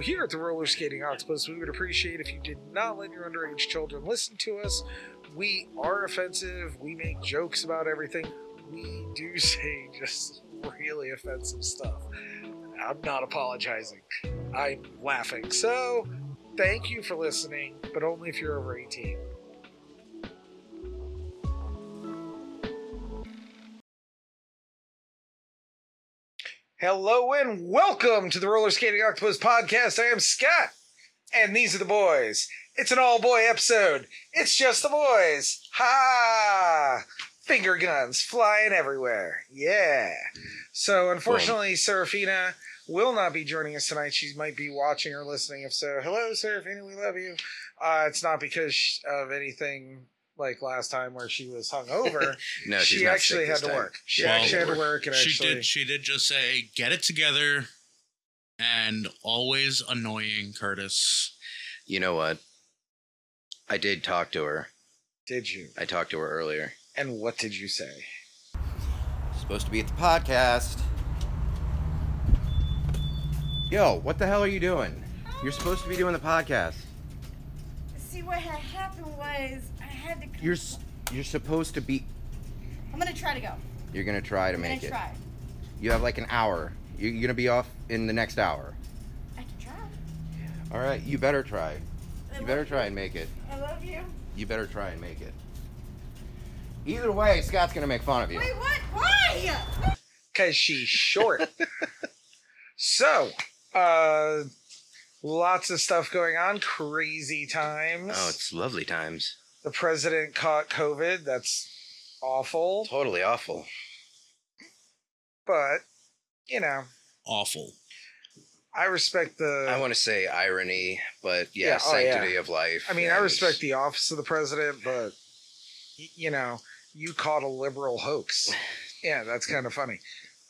Here at the Roller Skating Octopus, we would appreciate if you did not let your underage children listen to us. We are offensive. We make jokes about everything. We do say just really offensive stuff. I'm not apologizing. I'm laughing. So, thank you for listening, but only if you're over 18. Hello and welcome to the Roller Skating Octopus podcast. I am Scott, and these are the boys. It's an all boy episode. It's just the boys. Ha! Finger guns flying everywhere. Yeah. So, unfortunately, Serafina will not be joining us tonight. She might be watching or listening. If so, hello, Serafina. We love you. Uh, it's not because of anything like last time where she was hung over. No, she's she not actually sick had this to time. work. She Well, actually had to work. And she actually, did she did just say get it together and always annoying curtis You know what? I did talk to her. did you? I talked to her earlier. And what did you say? Supposed to be at the podcast. Yo, what the hell are you doing? You're supposed to be doing the podcast. See what had happened was I had to. Come. You're s- you're supposed to be. I'm gonna try to go. You're gonna try to I'm make gonna it. try. You have like an hour. You're, you're gonna be off in the next hour. I can try. All right, you better try. I You better love- try and make it. I love you. You better try and make it. Either way, Scott's gonna make fun of you. Wait, what? Why? Because she's short. so, uh, lots of stuff going on. Crazy times. Oh, it's lovely times. the president caught COVID. That's awful. Totally awful. But, you know, awful I respect the. I want to say irony, but yeah, Uh, Yeah, oh, yeah. sanctity of life. I mean, I and- respect the office of the president, but y- you know, you caught a liberal hoax. Yeah, that's kind of funny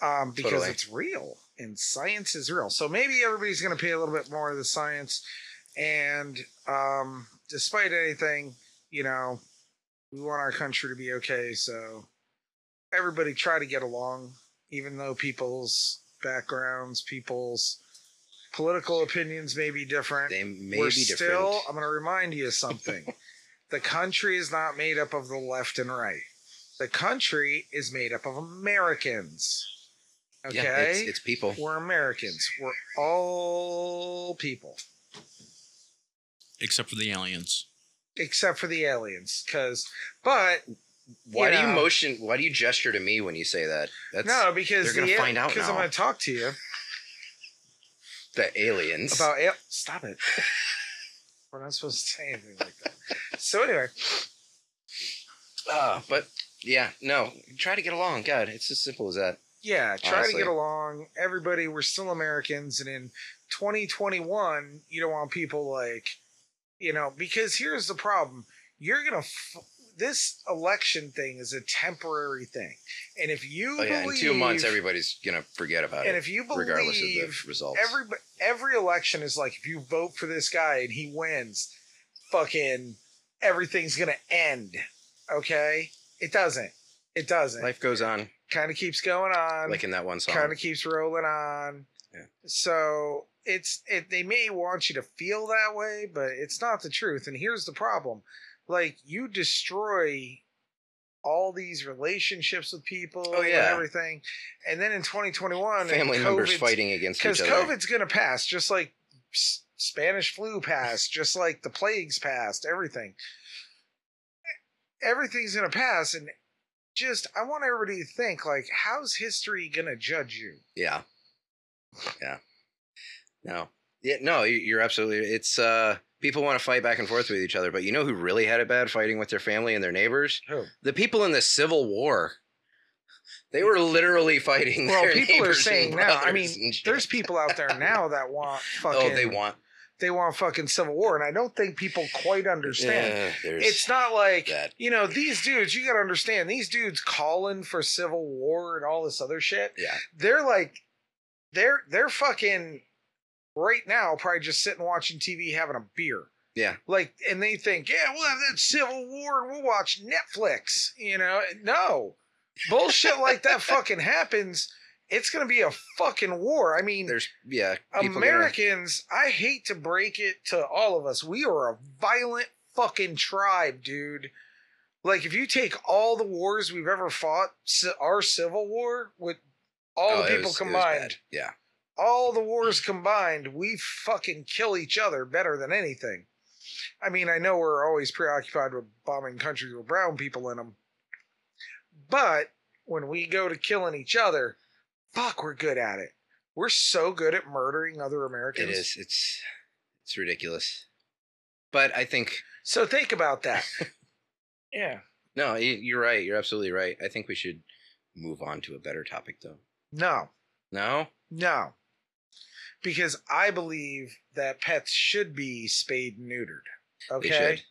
um, because Totally. it's real and science is real. So maybe everybody's going to pay a little bit more of the science. And um, despite anything, you know, we want our country to be okay. So everybody try to get along, even though people's backgrounds, people's political opinions may be different They may we're be different. still i'm going to remind you of something the country is not made up of the left and right the country is made up of americans okay Yeah, it's, it's people. we're americans we're all people except for the aliens except for the aliens because but Why do know. you motion? Why do you gesture to me when you say that? That's no because they're gonna the al- find out 'cause i'm now. going to talk to you the aliens. about al- stop it we're not supposed to say anything like that so anyway Ah, but yeah, no. Try to get along. God, it's as simple as that. yeah try Honestly. to get along everybody we're still americans and in 2021 you don't want people like you know because here's the problem you're gonna f- this election thing is a temporary thing and if you Oh, yeah, in believe, two months, everybody's gonna forget about and it, if you regardless of believe the results. every every election is like if you vote for this guy and he wins, fucking everything's gonna end. Okay, it doesn't. It doesn't. Life goes on, kind of keeps going on like in that one song. kind of keeps rolling on. Yeah. So it's it, they may want you to feel that way, but it's not the truth. And here's the problem: like you destroy all these relationships with people Oh, and yeah. everything, and then in 2021, family members COVID's- fighting against because each other. COVID's gonna pass, just like S- Spanish flu passed, just like the plagues passed, everything. Everything's gonna pass, and just I want everybody to think like, how's history gonna judge you? Yeah. Yeah. No. Yeah, no, you- you're absolutely it's uh people want to fight back and forth with each other, but you know who really had it bad fighting with their family and their neighbors? Who? The people in the Civil War. They were literally fighting. Well, their people are neighbors saying and now. I brothers mean, and shit. there's people out there now that want oh, fucking. they want they want fucking civil war, and I don't think people quite understand. Yeah, there's it's not like that. you know these dudes. You got to understand these dudes calling for civil war and all this other shit. yeah, they're like they're they're fucking right now probably just sitting watching TV having a beer. Yeah. Like and they think, yeah, we'll have that civil war and we'll watch Netflix, you know. No. Bullshit like that fucking happens it's going to be a fucking war. I mean, There's yeah, people gonna- Americans, I hate to break it to all of us. We are a violent fucking tribe, dude. Like, if you take all the wars we've ever fought, ci- our Civil War with all Oh, the it people was- it was bad. combined, Yeah, all the wars combined, we fucking kill each other better than anything. I mean, I know we're always preoccupied with bombing countries with brown people in them, but when we go to killing each other, fuck, we're good at it. We're so good at murdering other Americans. it is. It's it's ridiculous. But I think So think about that. yeah. no, y- you're right. You're absolutely right. I think we should move on to a better topic, though. No, No, no. Because I believe that pets should be spayed and neutered. Okay. They should.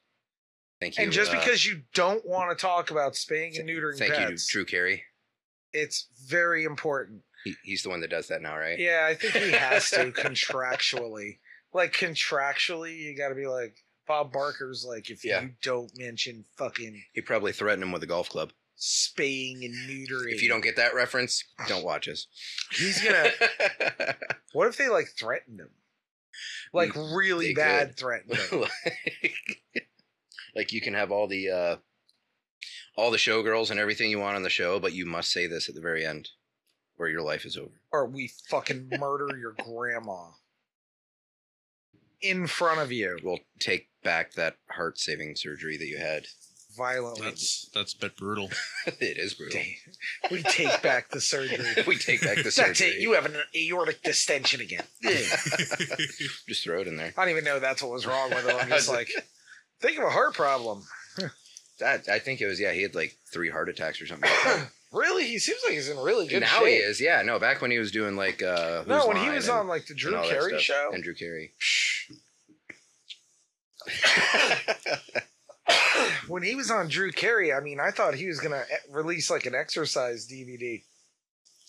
Thank you. And just uh, because you don't want to talk about spaying and th- neutering thank pets, you, to Drew Carey. it's very important. He, he's the one that does that now, right? Yeah, I think he has to contractually. Like contractually, you got to be like Bob Barker's. Like if Yeah. you don't mention fucking He probably threatened him with a golf club. spaying and neutering, If you don't get that reference, don't watch us. he's gonna. What if they like threatened him? Like really Mm, They bad could. threatened him. like, like you can have all the uh all the showgirls and everything you want on the show, but you must say this at the very end, or your life is over. or we fucking murder your grandma in front of you We'll take back that heart saving surgery that you had. violently. That's that's a bit brutal. it is brutal. We take back the surgery. we take back the surgery. That's it. You have an aortic distension again. just throw it in there. I don't even know that's what was wrong with him. I'm just like, think of a heart problem. That I think it was. Yeah, he had like three heart attacks or something. Like that. Really, he seems like he's in really good now shape. he is. Yeah, no. Back when he was doing like uh, Who's No, when he Line was and- on like the Drew and all that Carey stuff. show, and Drew Carey. when he was on Drew Carey, I mean, I thought he was gonna e- release like an exercise DVD.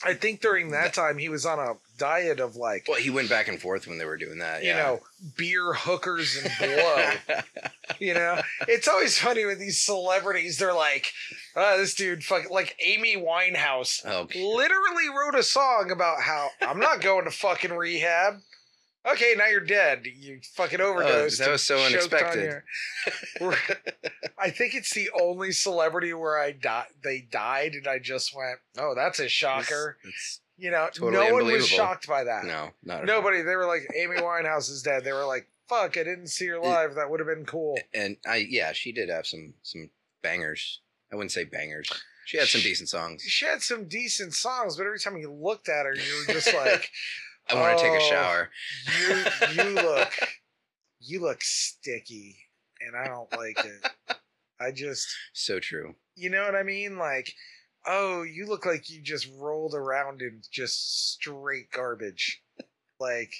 I think during that time he was on a diet of like Well, he went back and forth when they were doing that. you yeah. know beer hookers and blow. You know, it's always funny with these celebrities. They're like, oh, this dude, fuck, like Amy Winehouse, oh, literally wrote a song about how I'm not going to fucking rehab. Okay, now you're dead. You fucking overdosed. Oh, that was so and choked on unexpected. your- I think it's the only celebrity where I di- they died, and I just went, "Oh, that's a shocker." It's- you know, totally no one was unbelievable. shocked by that. no, not at all. Nobody. They were like, "Amy Winehouse is dead." They were like, "Fuck, I didn't see her live. That would have been cool." And I, yeah, she did have some some bangers. I wouldn't say bangers. She had some decent songs. She had some decent songs, but every time you looked at her, you were just like, I want to take a Oh. shower. you you look you look sticky and i don't like it i just So true. you know what i mean like oh you look like you just rolled around in just straight garbage like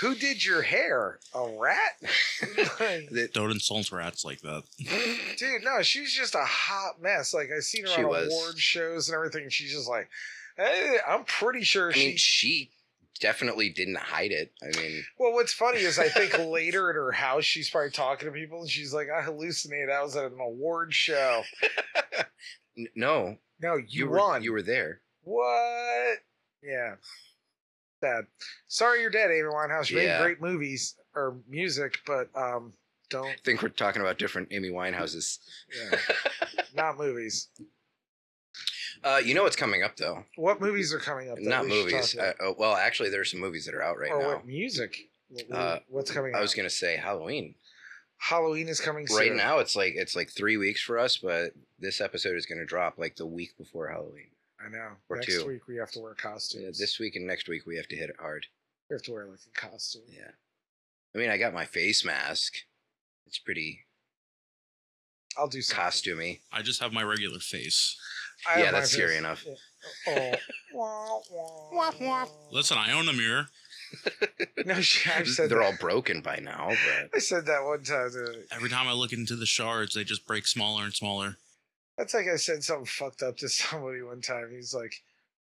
who did your hair a rat Like, Don't insult rats like that. dude no she's just a hot mess like i seen her She on was. award shows and everything and she's just like "Eh, i'm pretty sure I she mean, she definitely didn't hide it. I mean, Well, what's funny is I think later at her house, she's probably talking to people and she's like, I hallucinated. I was at an award show. n- no, No, you, you, were won. you were there. What? Yeah. Sad. Sorry you're dead, Amy Winehouse. You made Yeah. great movies or music, but um, don't. I think we're talking about different Amy Winehouses. Yeah, not movies. Uh, you know what's coming up though? What movies are coming up? that Not we should movies. talk about? Uh, oh, well, actually, there are some movies that are out right or now. what music? What- Uh, what's coming I out? was gonna say Halloween. Halloween is coming right soon. now it's like it's like three weeks for us but this episode is going to drop like the week before halloween I know. Or Next two. week we have to wear so costumes. this week and next week we have to hit it hard we have to wear like a costume. yeah i mean i got my face mask it's pretty I'll do something. costumey I just have my regular face. I yeah have my that's face. scary enough Oh. Wah, wah. Listen, I own a mirror. No, she, I've said they're that. all broken by now but I said that one time. to- Every time I look into the shards, they just break smaller and smaller. That's like I said something fucked up to somebody one time. He's like,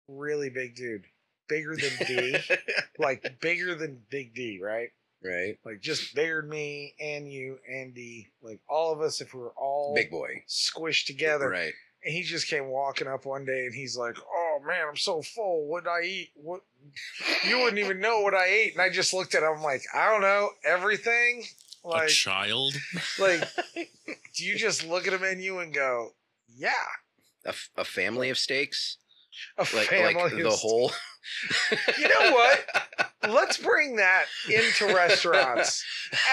really big dude. Bigger than D. like, bigger than Big D, right? right Like, just bigger than me and you and D. Like, all of us, if we were all big boy squished together. right And he just came walking up one day and he's like, oh, oh man, I'm so full. What would I eat? What you wouldn't even know what I ate. And I just looked at him like, I don't know, everything. a Like child. like do you just look at a menu and go, Yeah. A, f- a family of steaks, A like family like the is- whole. You know what? Let's bring that into restaurants.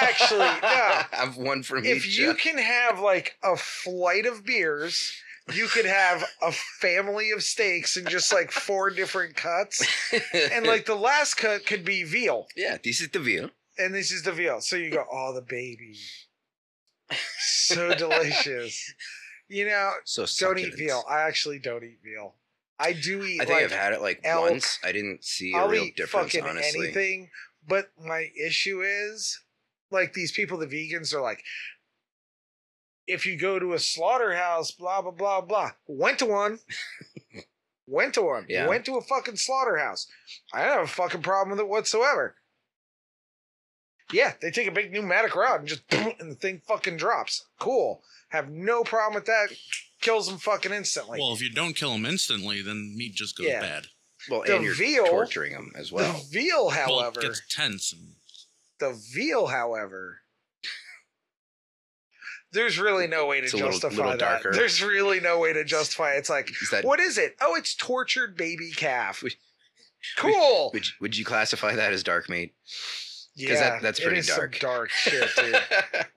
Actually, no. I've one from If each. you uh, can have like a flight of beers, you could have a family of steaks and just like four different cuts. And like the last cut could be veal. yeah, this is the veal. and this is the veal. So you go, oh, the baby, so delicious. You know, So don't eat succulent. veal. I actually don't eat veal. I do eat. I think like, I've had it like elk. once. I didn't see a I'll real eat difference, fucking honestly. anything. But my issue is, like these people, the vegans are like, if you go to a slaughterhouse, blah blah blah blah. Went to one. Went to one. Yeah. Went to a fucking slaughterhouse. I don't have a fucking problem with it whatsoever. Yeah, they take a big pneumatic rod and just boom, and the thing fucking drops. Cool. Have no problem with that. Kills them fucking instantly. well, if you don't kill them instantly, then meat just goes Yeah. bad. Well, The and you're veal- torturing them as well. the veal, Well, however, it gets tense. And The veal, however, there's really no way to It's a little- justify little that. darker. There's really no way to justify. It. It's like, Is that what is it? Oh, it's tortured baby calf. Would- Cool. would you, would you classify that as dark meat? yeah, that- that's pretty it is some dark. dark shit, dude.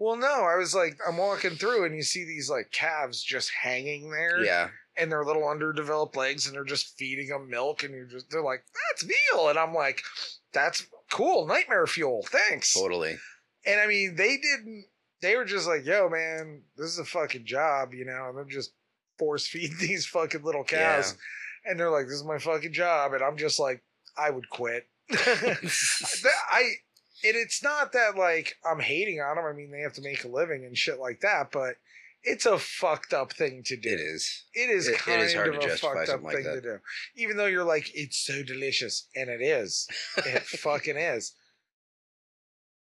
well, no, I was like, I'm walking through and you see these like calves just hanging there, yeah, and their little underdeveloped legs, and they're just feeding them milk, and you're just they're like, that's veal, and I'm like, that's cool, nightmare fuel, thanks. totally. And I mean, they didn't. They were just like, "Yo, man, this is a fucking job," you know. And they're just force feeding these fucking little cows, and they're like, "This is my fucking job," and I'm just like, "I would quit." That- I and it's not that like I'm hating on them. I mean, they have to make a living and shit like that, but it's a fucked up thing to do. It is. It is It- it kind is hard of to a justify fucked up something like thing that. to do. Even though you're like, it's so delicious, and it is. It fucking is.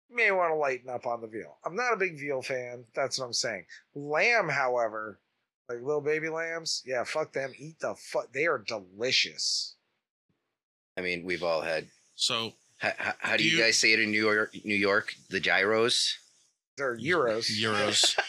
You may want to lighten up on the veal. I'm not a big veal fan. That's what I'm saying. Lamb, however, like little baby lambs, yeah, fuck them. Eat the fuck. They are delicious. I mean, we've all had. So How, how, how do Do you, you- guys say it in New York? New York, the gyros. They're euros. euros.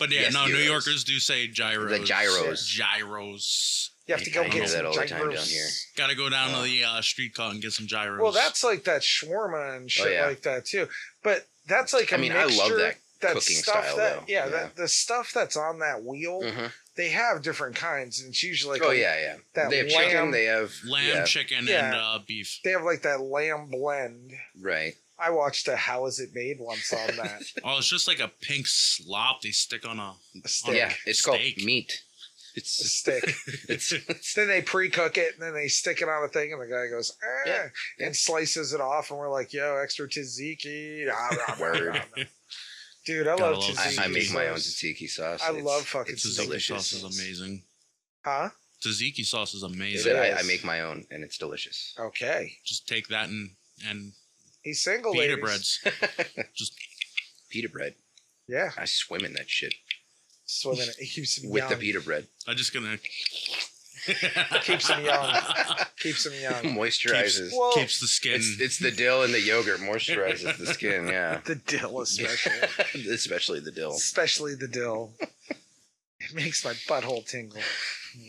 But yeah, Yes, no, New euros. Yorkers do say gyros. The gyros. Gyros. You have to go I hear get some that all the time down gyros. here. Got to go down Oh. to the uh, streetcar and get some gyros. Well, that's like that shawarma and shit Oh, yeah. like that too. But that's like a I mean, I love mixture- that cooking stuff style, that though. yeah, Yeah. That, the stuff that's on that wheel. Mhm. They have different kinds, and it's usually like oh a- yeah, yeah. that they have lamb- chicken. They have lamb, yeah, chicken, and Yeah. uh, beef. they have like that lamb blend. right. I watched a How Is It Made once on that. Oh, it's just like a pink slop they stick on a. A stick. yeah, it's called steak. meat. A It's stick. it's then they pre-cook it, and then they stick it on a thing, and the guy goes, "Eh," Yeah, yeah. and slices it off, and we're like, "Yo, extra tzatziki." Rah, rah, rah, Word. rah, rah. Dude, I Gotta love love tzatziki. I, I make my own sauce. tzatziki sauce. I It's- love fucking It's tzatziki. tzatziki sauce is delicious. amazing. Huh? Tzatziki sauce is it's- amazing. It I, I is. make my own, and it's delicious. Okay. Just take that and and He's single, pita ladies. breads. Just Pita bread. Yeah, I swim in that shit swimming. It keeps him with young. the pita bread. I'm just gonna Keeps 'em young. Keeps him young. Moisturizes. Well, Keeps the skin. It's it's the dill and the yogurt moisturizes the skin. Yeah, the dill especially, especially the dill. especially the dill. It makes my butthole tingle.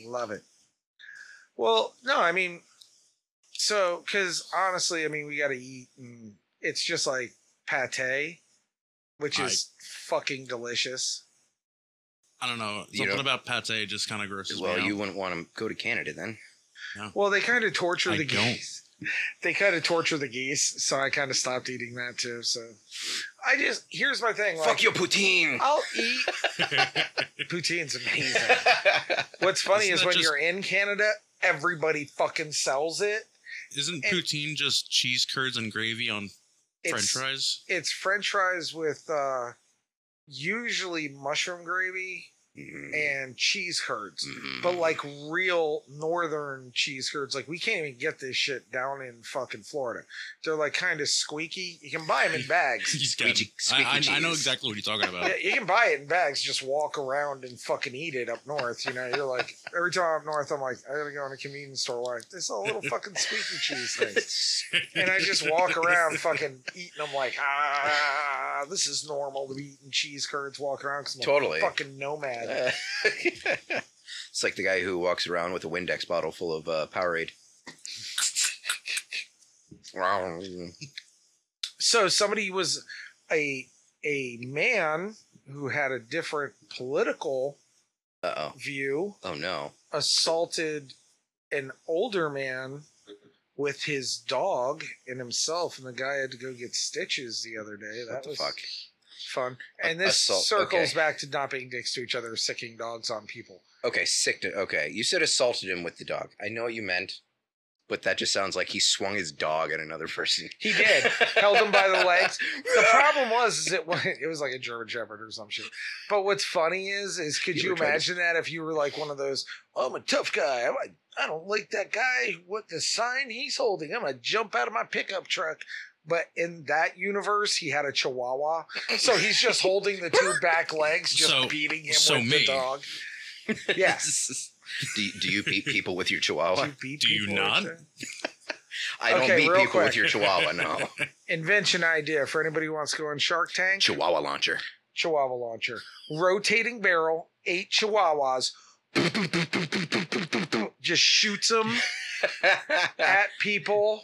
Love it. Well, no, I mean, so because honestly, I mean, we got to eat, and it's just like pate, which is fucking delicious. I don't know. You Something know- about pate just kind of grosses Well, me you out. wouldn't want to go to Canada then. Well, they kind of torture I the don't. geese. They kind of torture the geese, so I kind of stopped eating that too. So I just here's my thing. Like, Fuck your poutine. I'll eat poutine's amazing. What's funny Isn't is that when just- you're in Canada, everybody fucking sells it. Isn't and- poutine just cheese curds and gravy on It's, French fries? It's French fries with uh, usually mushroom gravy Mm-hmm. and cheese curds, Mhm. Mm. but like real northern cheese curds. Like we can't even get this shit down in fucking Florida. They're like kind of squeaky. You can buy them in bags. He's got Squeegee- I, I, I know squeegee cheese. exactly what you're talking about. Yeah, you can buy it in bags. Just walk around and fucking eat it up north. You know, you're like every time I'm up north, I'm like I gotta go in a convenience store. Why? They sell little fucking squeaky cheese things. and I just walk around fucking eating them like, ah, this is normal to be eating cheese curds, walking around because I'm Totally. a fucking nomad. Uh, it's like the guy who walks around with a Windex bottle full of uh, Powerade. Wow. So somebody was a a man who had a different political Uh oh. view Oh no. assaulted an older man with his dog and himself, and the guy had to go get stitches the other day. That What the was fuck? fun. And this Assault, circles okay. back to not being dicks to each other, sicking dogs on people. Okay, sick. To, okay, you said assaulted him with the dog. I know what you meant, but that just sounds like he swung his dog at another person. He did. held him by the legs. The problem was is it was it was like a German Shepherd or some shit. But what's funny is is could You you, were trying to- imagine that if you were like one of those I'm a tough guy. I'm a, I don't like that guy with the sign he's holding. I'm gonna jump out of my pickup truck. But in that universe, he had a chihuahua, so he's just holding the two back legs, just So- beating him so with the me. dog. Yes. do, do you beat people with your chihuahua? beat Oh, Do you people like not? that? I don't Okay, beat real people quick. with your chihuahua, no. Invention idea for anybody who wants to go on Shark Tank. chihuahua launcher. Chihuahua launcher, rotating barrel, eight Chihuahuas, just shoots them at people,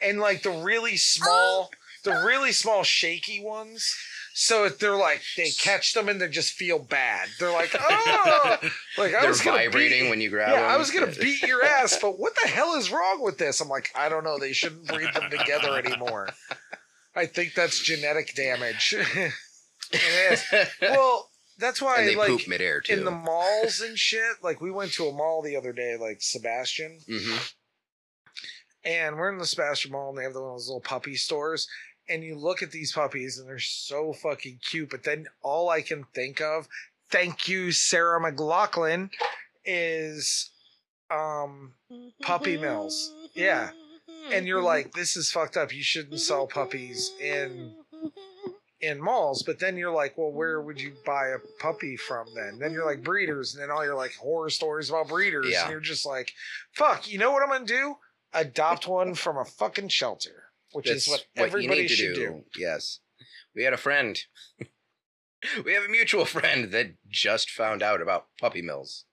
and like the really small, the really small shaky ones. So if they're like they catch them and they just feel bad. They're like, oh, like I They're was gonna vibrating beat, when you grab yeah, them. I was gonna beat your ass, but what the hell is wrong with this? I'm like, I don't know. They shouldn't breed them together anymore. I think that's genetic damage. it is well, that's why and they like poop midair too. in the malls and shit. Like we went to a mall the other day, like Sebastian, Mhm. and we're in the Sebastian Mall, and they have the one of those little puppy stores. And you look at these puppies, and they're so fucking cute. But then all I can think of, thank you, Sarah McLaughlin, is um puppy mills. Yeah. And Mm-hmm. you're like, this is fucked up. You shouldn't sell puppies in in malls, but then you're like, well, where would you buy a puppy from then? Then you're like breeders, and then all your like horror stories about breeders, Yeah. and you're just like, fuck, you know what I'm gonna do? Adopt one from a fucking shelter, which That's is what, everybody should do. Yes. We had a friend. we have a mutual friend that just found out about puppy mills.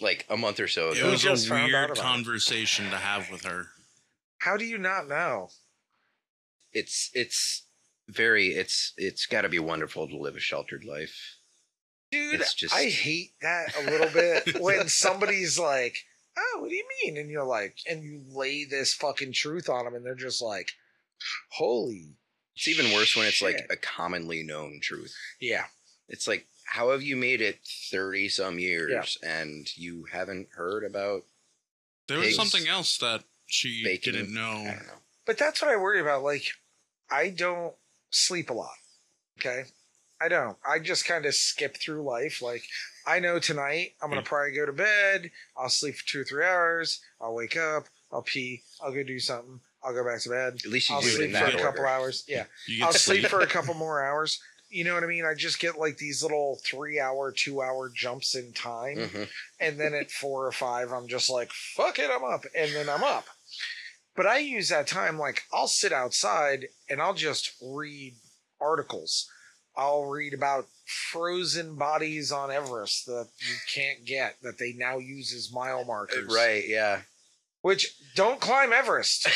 Like a month or so it ago. was just a found out weird about it. conversation to have with her. How do you not know? it's it's very it's it's got to be wonderful to live a sheltered life. Dude, It's just- I hate that a little bit when somebody's like, oh, what do you mean? And you're like, and you lay this fucking truth on them, and they're just like, holy. It's even worse when it's like shit. a commonly known truth. yeah. It's like how have you made it 30 some years and you haven't heard about There was Pigs. something else that she Bacon. didn't know. I don't know. But that's what I worry about. Like, I don't sleep a lot. Okay. I don't. I just kind of skip through life. Like, I know tonight I'm going to probably go to bed. I'll sleep for two or three hours. I'll wake up. I'll pee. I'll go do something. I'll go back to bed. At least you I'll do it in sleep for that a order. couple hours. Yeah. You I'll sleep for a couple more hours. You know what I mean? I just get like these little three hour, two hour jumps in time. Mhm. And then at four or five, I'm just like, fuck it, I'm up. And then I'm up. But I use that time, like, I'll sit outside and I'll just read articles. I'll read about frozen bodies on Everest that you can't get that they now use as mile markers. Right, yeah. Which don't climb Everest.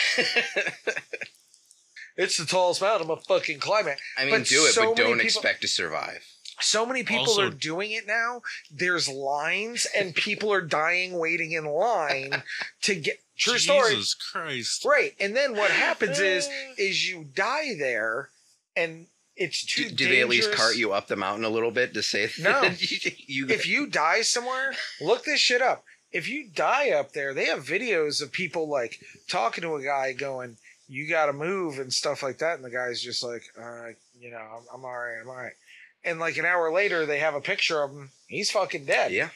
It's the tallest mountain. I'm a fucking climb it. I mean, But do it, so but many don't people- expect to survive. So many people Also- are doing it now. There's lines, and people are dying waiting in line to get. True Jesus story. Christ. Right. And then what happens is is you die there and it's too Do, do they at least dangerous. cart you up the mountain a little bit to say No. you, you- If you die somewhere, look this shit up. If you die up there, they have videos of people like talking to a guy going, "You got to move" and stuff like that, and the guy's just like, "All right, you know, I'm, I'm all right, I'm all right." and like an hour later they have a picture of him. He's fucking dead. Yeah.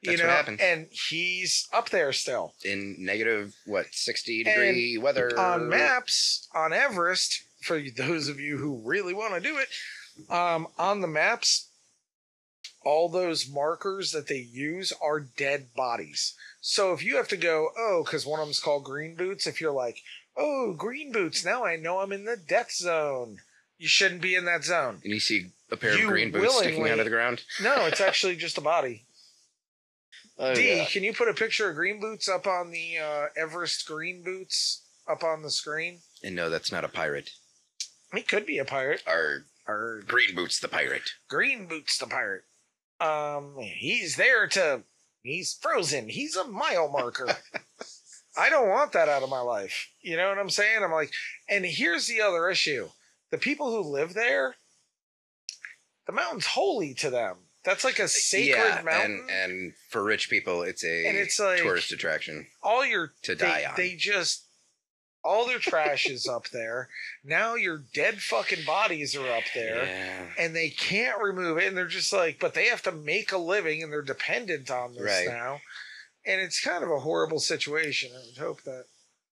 you that's know, what happened. and he's up there still In negative what sixty degree weather on maps on Everest. For those of you who really want to do it, um, on the maps, all those markers that they use are dead bodies. So if you have to go, oh, because one of them's called Green Boots, if you're like, oh, Green Boots, now I know I'm in the death zone. You shouldn't be in that zone. And you see a pair You of green boots sticking out willingly- of the ground. No, it's actually just a body. Oh, D, yeah. can you put a picture of Green Boots up on the uh, Everest Green Boots up on the screen? And no, that's not a pirate. He could be a pirate. Our Or green boots the pirate. Green Boots the pirate. Um, he's there to. He's frozen. He's a mile marker. I don't want that out of my life. You know what I'm saying? I'm like, and here's the other issue: the people who live there, the mountain's holy to them. That's like a sacred yeah, mountain. and and for rich people, it's a And it's like- tourist attraction. all your to they, die on. They just all their trash is up there. Now your dead fucking bodies are up there. Yeah. And they can't remove it, and they're just like, but they have to make a living, and they're dependent on this Right. now, and it's kind of a horrible situation. I would hope that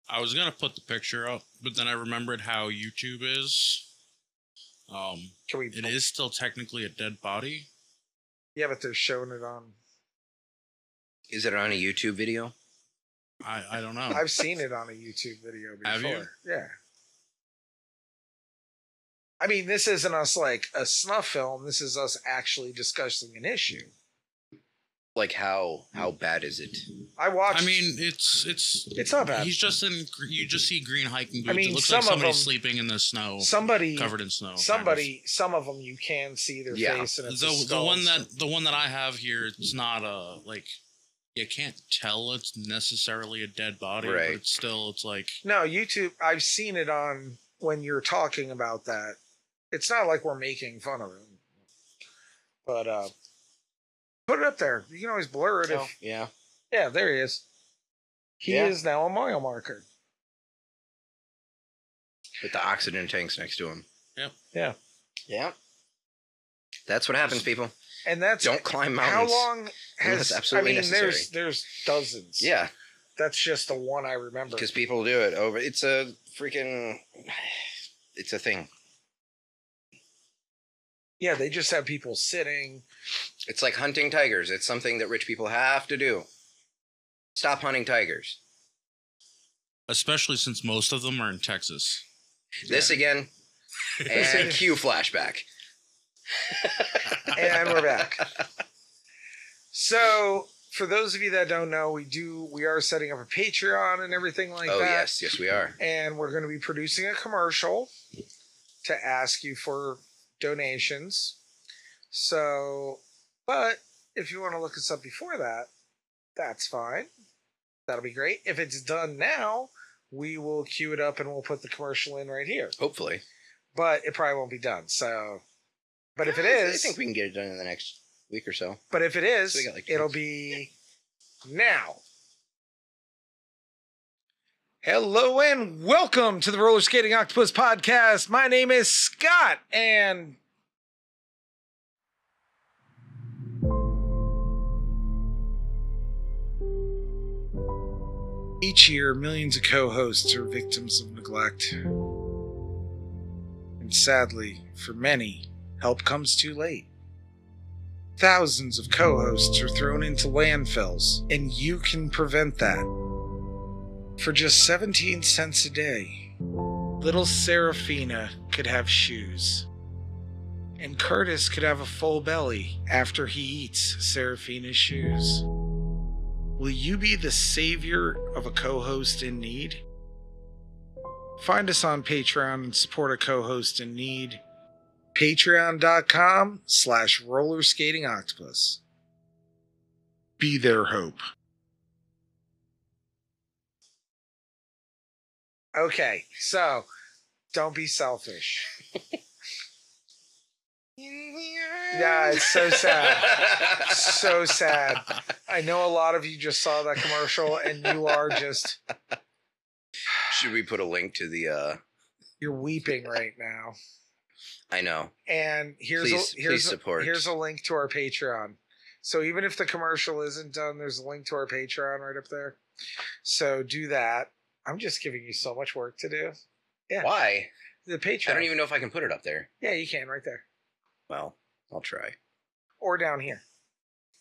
I was gonna put the picture up, but then I remembered how YouTube is. Um, can we? it is still technically a dead body. Yeah, but they're showing it on. Is it on a YouTube video? I I don't know. I've seen it on a YouTube video before. Oh. Have you? Yeah. I mean, this isn't us like a snuff film. This is us actually discussing an issue. Like how how bad is it? I watched. I mean, it's it's It's not bad. He's just in. gr- You just see green hiking boots. I mean, it looks some like of somebody's them- sleeping in the snow, somebody covered in snow. kind of. somebody some of them you can see their Yeah. face and it's a The the skull one and that the one that I have here, it's not a like. You can't tell it's necessarily a dead body, Right. but it's still it's like stuff. no youtube i've seen it on when you're talking about that it's not like we're making fun of him but uh put it up there you can always blur it if yeah. yeah there he is he Oh. Yeah. is now a mile marker With the oxygen tanks next to him. Yep. Yeah. Yeah. That's what happens, people. and that's Don't climb how mountains. long has Unless absolutely i mean there's necessary. there's dozens Yeah, that's just the one i remember because people do it over. It's a freaking. It's a thing. yeah they just have people sitting It's like hunting tigers. It's something that rich people have to do. Stop hunting tigers. especially since most of them are in Texas. This again. And cue flashback. and we're back. So, for those of you that don't know, we do we are setting up a Patreon and everything like oh that. yes, yes we are. And we're going to be producing a commercial to ask you for donations. So, but if you want to look us up before that, that's fine. That'll be great. If it's done now, we will queue it up and we'll put the commercial in right here. Hopefully, But it probably won't be done. So, but if it I- is, I think we can get it done in the next week or so. But if it is, So we got, like, two it'll months. be now. Hello and welcome to the Roller Skating Octopus Podcast. My name is Scott, and each year, millions of co hosts are victims of neglect. And sadly, for many, help comes too late. Thousands of co hosts are thrown into landfills, and you can prevent that. For just 17 cents a day, little Serafina could have shoes. And Curtis could have a full belly after he eats Serafina's shoes. Will you be the savior of a co host in need? Find us on Patreon and support a co host in need patreon.com slash roller skating octopus be their hope okay so don't be selfish yeah it's so sad so sad i know a lot of you just saw that commercial and you are just Should we put a link to the? uh you're weeping right now I know. And here's Please- a, here's please a- support. here's a link to our Patreon. So even if the commercial isn't done, there's a link to our Patreon right up there. So do that. I'm just giving you so much work to do. Yeah. Why? The Patreon. I don't even know if I can put it up there. Yeah, you can right there Well, I'll try. or down here.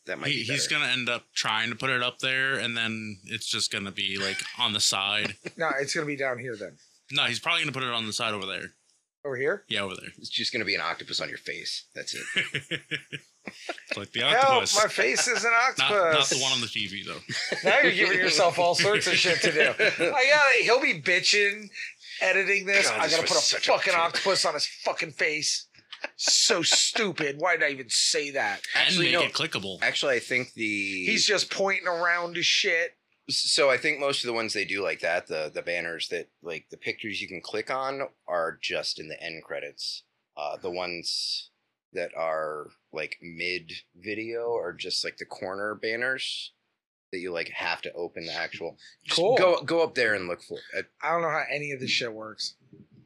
That might He, be he's better. gonna end up trying to put it up there, and then it's just gonna be like on the side. No, it's gonna be down here then. No, he's probably gonna put it on the side over there. Over here. Yeah, over there. It's just gonna be an octopus on your face. That's it. It's like the Help! octopus. My face is an octopus. not, not the one on the TV though. Now you're giving yourself all sorts of shit to do. I got it. He'll be bitching, editing this. God, I this gotta was put a such a fucking trip. octopus on his fucking face. So stupid. Why did I even say that? Actually, and make no. it clickable. Actually, I think the He's just pointing around to shit. so I think most of the ones they do like that, the the banners that like the pictures you can click on are just in the end credits. Uh, the ones that are like mid video are just like the corner banners that you like have to open the actual. Just Cool. Go go up there and look for it. I don't know how any of this shit works.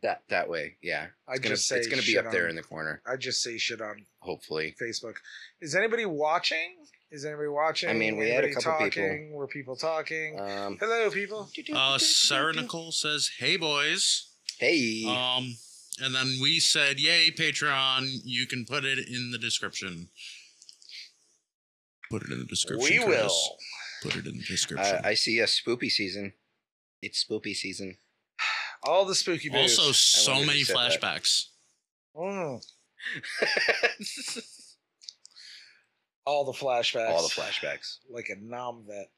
that that way. Yeah, I it's gonna just say it's gonna be shit up there on- in the corner. I just say shit on Hopefully, Facebook. Is anybody watching? Is anybody watching? I mean, we had a Anybody couple people. talking? Were people talking? um, Hello, people. Uh, Sarah Nicole says, "Hey boys." hey, Um, and then we said, "Yay, Patreon! You can put it in the description. Put it in the description. we Curtis. will. put it in the description." Uh, I see a spoopy season. It's spoopy season. All the spooky booze. also, so wondered many who said that. flashbacks. Mm. all the flashbacks. All the flashbacks. Like a nom vet.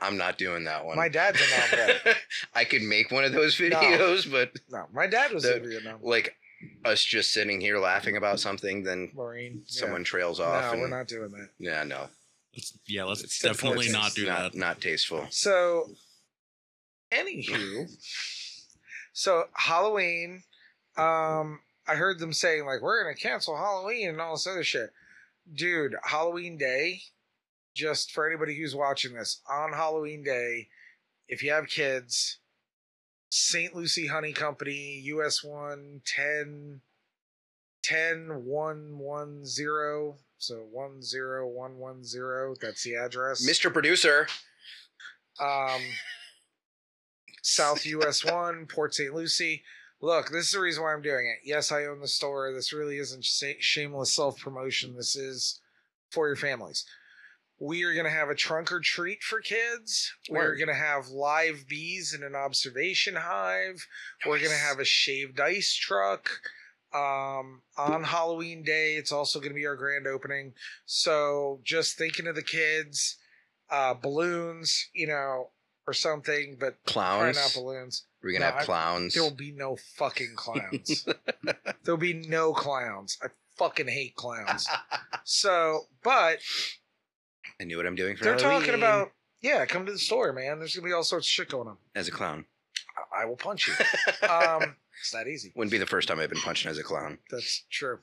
I'm not doing that one. My dad's a nom vet. I could make one of those videos, but No, my dad was The- in Vietnam. like us just sitting here laughing about something, then Marine. Yeah. someone trails No, off. and, we're not doing that. Yeah, no, Let's- yeah, let's It's definitely definitely not do not, that. Not tasteful. So, anywho, so Halloween, um, I heard them saying like we're gonna cancel Halloween and all this other shit. Dude, Halloween Day, just for anybody who's watching this on Halloween Day, if you have kids, St. Lucie Honey Company, US One Ten. 10 so 10110 that's the address Mr. Producer, um, South US 1, Port St. Lucie. Look, this is the reason why I'm doing it. Yes, I own the store. This really isn't sh- shameless self promotion. This is for your families. We are going to have a trunk or treat for kids. We're Word. going to have live bees in an observation hive. We're going to Nice. have a shaved ice truck um, on Halloween Day. It's also going to be our grand opening. So just thinking of the kids, uh, balloons, you know, or something, but probably clowns. not balloons. We're gonna No, have I- clowns. There will be no fucking clowns. There'll be no clowns. I fucking hate clowns. So, but I knew what I'm doing for. they're talking Halloween about, yeah, come to the store, man. There's going to be all sorts of shit going on. as a clown. I, I will punch you. Um, it's that easy. Wouldn't be the first time I've been punched as a clown. That's true.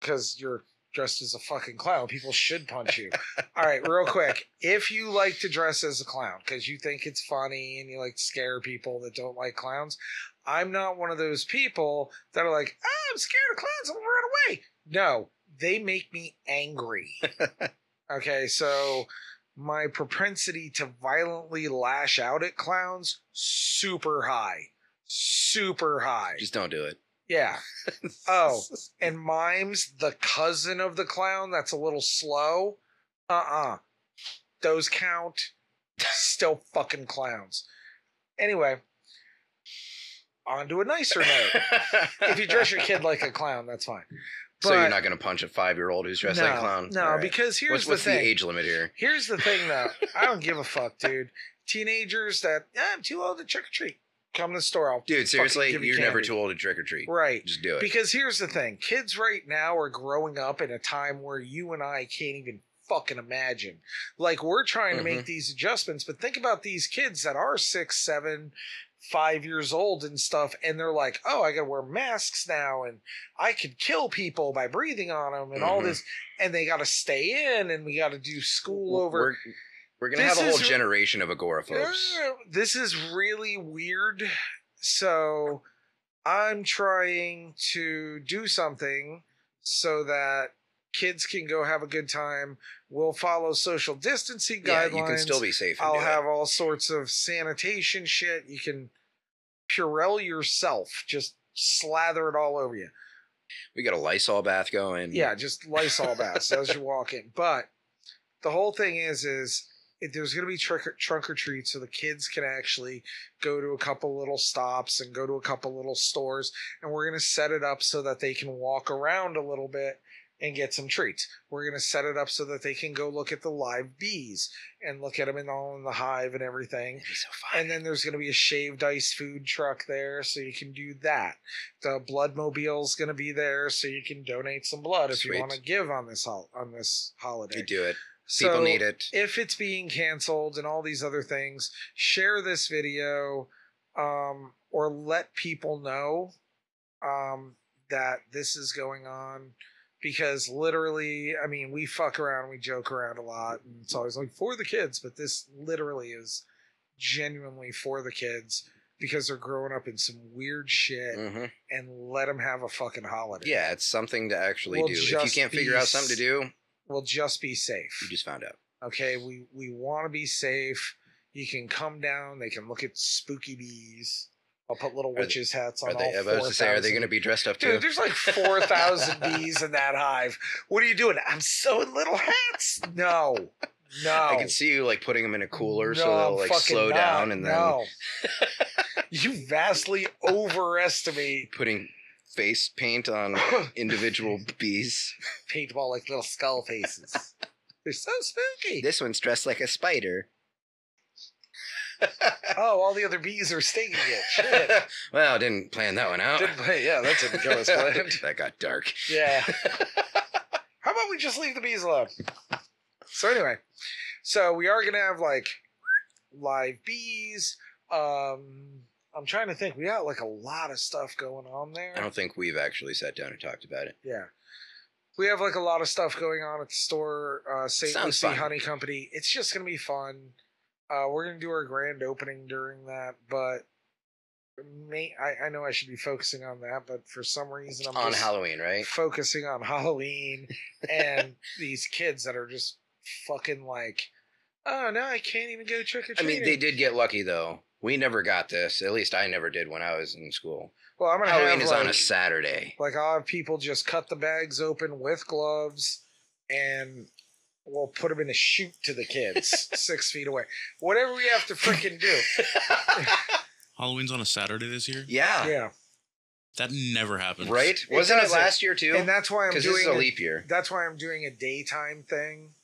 Because you're dressed as a fucking clown. People should punch you. All right, real quick. If you like to dress as a clown because you think it's funny and you like to scare people that don't like clowns, I'm not one of those people that are like, oh, I'm scared of clowns. I'm going to run away. No, they make me angry. okay, so my propensity to violently lash out at clowns super high. Super high. Just don't do it. Yeah. Oh, and Mimes, the cousin of the clown, that's a little slow. Uh uh Those count. Still fucking clowns. Anyway, on to a nicer note. If you dress your kid like a clown, that's fine. so you're but- not gonna punch a five year old who's dressed like a No, clown. No, All right. because here's what's, the what's thing. age limit here? Here's the thing, though. I don't give a fuck, dude. Teenagers that, "Ah, I'm too old to trick or treat. Come to the store. I'll Dude, seriously, give you're you never candy. too old to trick or treat. right. Just do it. Because here's the thing kids right now are growing up in a time where you and I can't even fucking imagine. Like, we're trying to Mm-hmm. make these adjustments, but think about these kids that are six, seven, five years old and stuff, and they're like, oh, I gotta wear masks now, and I could kill people by breathing on them, and all Mhm. this, and they gotta stay in, and we gotta do school over. We're, we're gonna This have a whole is- generation of agoraphobes. Uh, This is really weird So I'm trying to do something so that kids can go have a good time. We'll follow social distancing Yeah, guidelines. you can still be safe. And I'll do it. have all sorts of sanitation shit. You can Purell yourself. Just slather it all over you. We got a Lysol bath going. Yeah, just Lysol baths as you walk in. But the whole thing is, is if there's going to be trick or, trunk or treat, so the kids can actually go to a couple little stops and go to a couple little stores, and we're going to set it up so that they can walk around a little bit and get some treats. We're going to set it up so that they can go look at the live bees and look at them in all in the hive and everything. It'd be so fun. And then there's going to be a shaved ice food truck there, so you can do that. The Bloodmobile's going to be there, so you can donate some blood if you Sweet. want to give on this hol- on this holiday. you do it. So People need it. if it's being canceled and all these other things, share this video um, or let people know um, that this is going on because literally, I mean, we fuck around, we joke around a lot, and it's always like for the kids, but this literally is genuinely for the kids because they're growing up in some weird shit hmm and let them have a fucking holiday. Yeah, it's something to actually We'll do. If you just can't be figure out s- something to do, We'll just be safe. you just found out. okay we we want to be safe you can come down they can look at spooky bees i'll put little they- witches hats on Are they, all I was to say, are 4,000. they going to be dressed up too? dude there's like 4000 bees in that hive what are you doing i'm sewing little hats no no I can see you like putting them in a cooler so No, I'm they'll like fucking slow not. down and then no. you vastly overestimate putting face paint on individual bees. paintball like little skull faces they're so spooky This one's dressed like a spider. oh all the other bees are stinging it shit well, I didn't plan that one out. Didn't play- yeah that didn't go as planned that got dark. Yeah. How about we just leave the bees alone? So anyway, so we are gonna have like live bees. Um, I'm trying to think. We got like a lot of stuff going on there. I don't think we've actually sat down and talked about it. Yeah. We have like a lot of stuff going on at the store. Uh, St. Sounds Lucie fun. Honey Company. It's just going to be fun. Uh, we're going to do our grand opening during that, but may, I, I know I should be focusing on that, but for some reason I'm on just Halloween, right? focusing on Halloween and these kids that are just fucking like, oh, no, I can't even go trick or I treating. mean, they did get lucky though. We never got this. At least I never did when I was in school. Well, I'm going to Halloween have is like, on a Saturday. like I'll have people just cut the bags open with gloves and we'll put them in a chute to the kids six feet away. Whatever we have to freaking do. Halloween's on a Saturday this year. Yeah, Yeah. That never happens. right. It Wasn't it doesn't. last year too? And that's why I'm Because this is doing a it- leap year. that's why I'm doing a daytime thing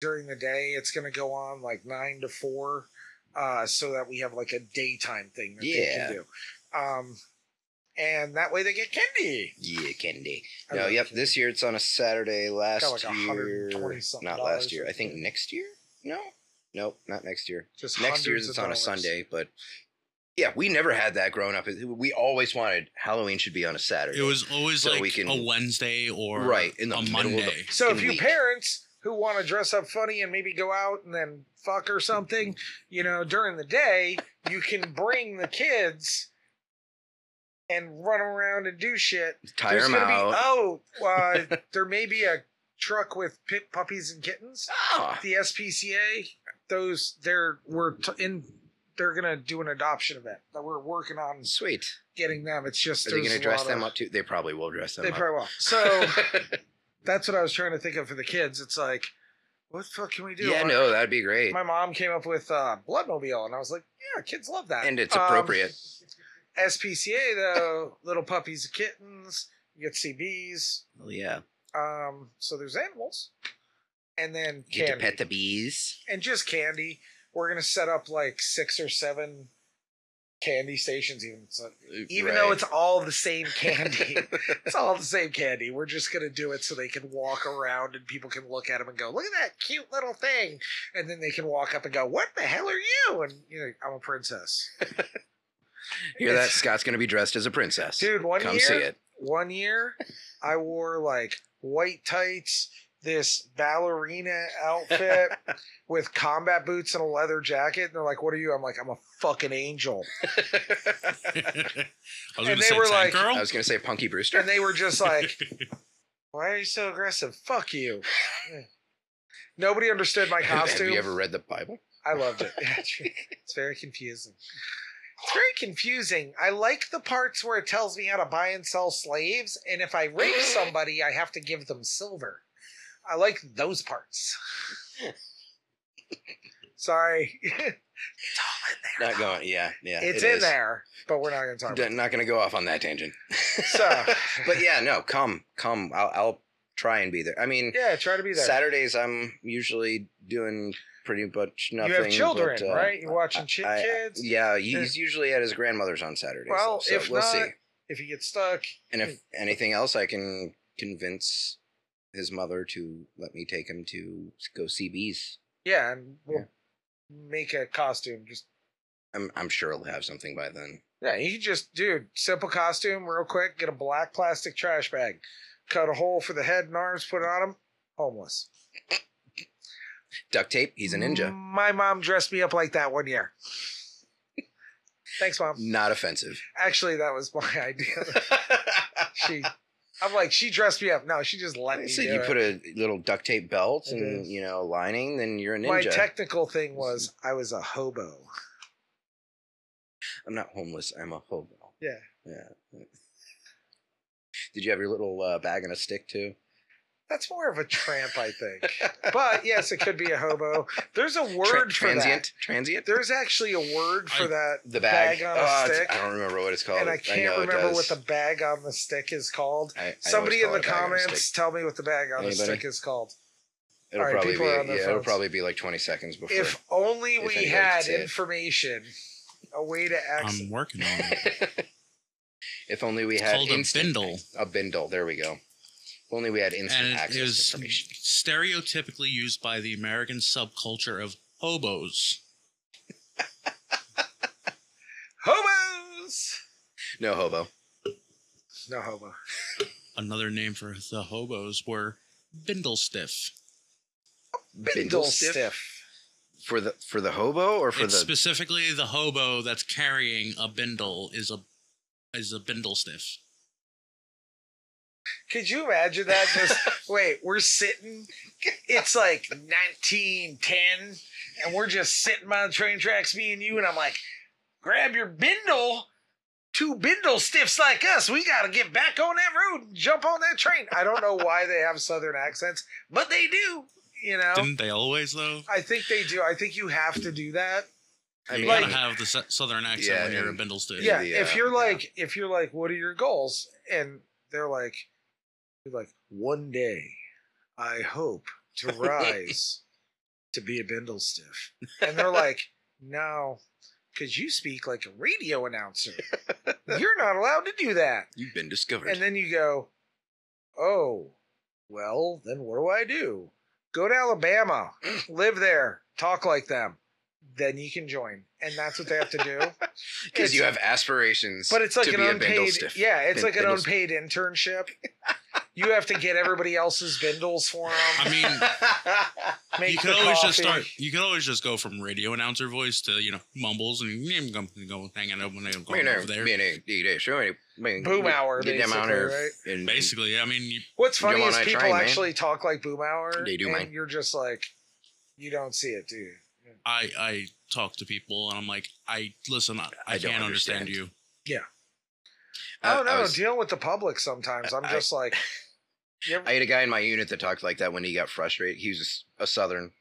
during the day. It's going to go on like nine to four, uh, so that we have like a daytime thing that they Yeah. can do. Um, and that way they get candy. Yeah, candy. I No, love yep. candy. This year it's on a Saturday. Last Got like year, $120 not last year. or I think something. next year. No, nope, not next year. Just Next year hundreds it's of on a dollars. Sunday, but yeah, we never had that growing up. We always wanted Halloween should be on a Saturday. It was always So like we can- a Wednesday or Right, in the a middle of the- Monday. So if fucking you week. parents who want to dress up funny and maybe go out and then fuck or something, you know, during the day, you can bring the kids and run around and do shit tire There's them gonna be- out. oh, uh, there may be a truck with pit puppies and kittens. Ah, The SPCA, those they're we're t- in. They're gonna do an adoption event that we're working on sweet. getting them. It's just Are they there's going to a dress lot them of- up too? They probably will dress them They up. probably will. So that's what I was trying to think of for the kids. It's like, what the fuck can we do? yeah, My- no, that'd be great, My mom came up with uh, Bloodmobile, and I was like, yeah, kids love that, and it's Um, appropriate. SPCA though, little puppies and kittens. You get to see bees. Well, yeah, Um, so there's animals, and then get to candy, pet the bees. and just candy. We're gonna set up like six or seven candy stations, even so, even though Right. it's all the same candy. it's all the same candy. We're just gonna do it so they can walk around and people can look at them and go, "Look at that cute little thing," and then they can walk up and go, "What the hell are you?" And you know, I'm a princess, Hear that? It's- Scott's going to be dressed as a princess. dude. One Come year, see it. one year I wore like white tights this ballerina outfit with combat boots and a leather jacket. And they're like, What are you? I'm like, I'm a fucking angel. I was And gonna they say were like- tank I girl. was gonna say Punky Brewster. And they were just like, Why are you so aggressive? Fuck you. Nobody understood my costume. Have you ever read the Bible? I loved it. Yeah, it's re- it's very confusing. It's very confusing. I like the parts where it tells me how to buy and sell slaves, and if I rape somebody, I have to give them silver. I like those parts. Sorry. Not going. Yeah, yeah. it's it in is. there, but we're not going to talk D- about it. Not gonna go off on that tangent. So, but yeah, no, come, come. I'll, I'll try and be there. I mean, yeah, try to be there. Saturdays I'm usually doing pretty much nothing. you have children, but, uh, right? You're watching chi- I- I- kids. Yeah, he's usually at his grandmother's on Saturdays. Well, though, so if we'll not- hmm. see. If you get stuck, And if anything else, I can convince his mother to let me take him to go see bees. yeah, and we'll make a costume. Just I'm, I'm sure he'll have something by then. Yeah, you can just, dude, simple costume, real quick, get a black plastic trash bag, cut a hole for the head and arms, put it on him, homeless. Duct tape. He's a ninja. My mom dressed me up like that one year. Thanks, mom. Not offensive. Actually, that was my idea. She, I'm like, she dressed me up. No, she just let me. I said do you it. put a little duct tape belt I and did. you know lining, then you're a ninja. my technical thing was I was a hobo. I'm not homeless. I'm a hobo. Yeah. Yeah. Did you have your little uh, bag and a stick too? That's more of a tramp, I think. But yes, it could be a hobo. There's a word Tra- for transient. that. Transient. There's actually a word for I- that. the bag. bag on a Oh, it's- stick. Oh, I don't remember what it's called. and I can't know it remember what does. the bag on the stick is called. I- I always Somebody in call the it a bag on a stick. comments tell me what the bag on the Anybody? stick is called. It'll Alright, probably be people are on yeah, their it'll phones. probably be like 20 seconds before. If only if we anybody can had see it. information, a way to access. I'm working on it. if only we It's had called a instant- bindle. A bindle. There we go. If only we had instant and it access is information. stereotypically used by the American subculture of hobos. Hobos! No hobo. No hobo. Another name for the hobos were bindle stiff. Bindle stiff. for the for the hobo or for It's the specifically the hobo that's carrying a bindle is a is a bindle stiff. Could you imagine that? Just wait, we're sitting. It's like 1910, and we're just sitting by the train tracks, me and you, and I'm like, grab your bindle. Two bindle stiffs like us, we gotta get back on that road and jump on that train. I don't know why they have southern accents, but they do, you know. Didn't they always though? I think they do. I think you have to do that. I you mean, gotta like- have the su- southern accent Yeah, when you're a and- bindle stiff. yeah, the, if uh, you're yeah. like if you're like what are your goals and they're like you're like one day i hope to rise to be a bindle stiff and they're like no because you speak like a radio announcer you're not allowed to do that you've been discovered. and then you go oh well then what do i do go to alabama live there talk like them then you can join and that's what they have to do because you it's- have aspirations but it's like to an be a bindle unpaid, stiff. yeah, it's Bin- like an bindles. unpaid internship. you have to get everybody else's bindles for them. I mean, Make you the could always coffee. just start. You could always just go from radio announcer voice to you know mumbles and you can go hanging out when they go Me and over I- there. me and I- me and I- sure, me- me- Boom me- hour, get them out basically, here right? and- Basically, I mean, you, What's funny Jump on is that people train, man. actually talk like boom hour. They do, and man. You're just like, you don't see it, do you? I I talk to people and I'm like, I listen, I, I, I don't can't understand. understand. you. I I- don't I know. was- dealing Oh, with the public sometimes, I'm I- just like, you ever, I had a guy in my unit that talked like that when he got frustrated. He was a s- a, southern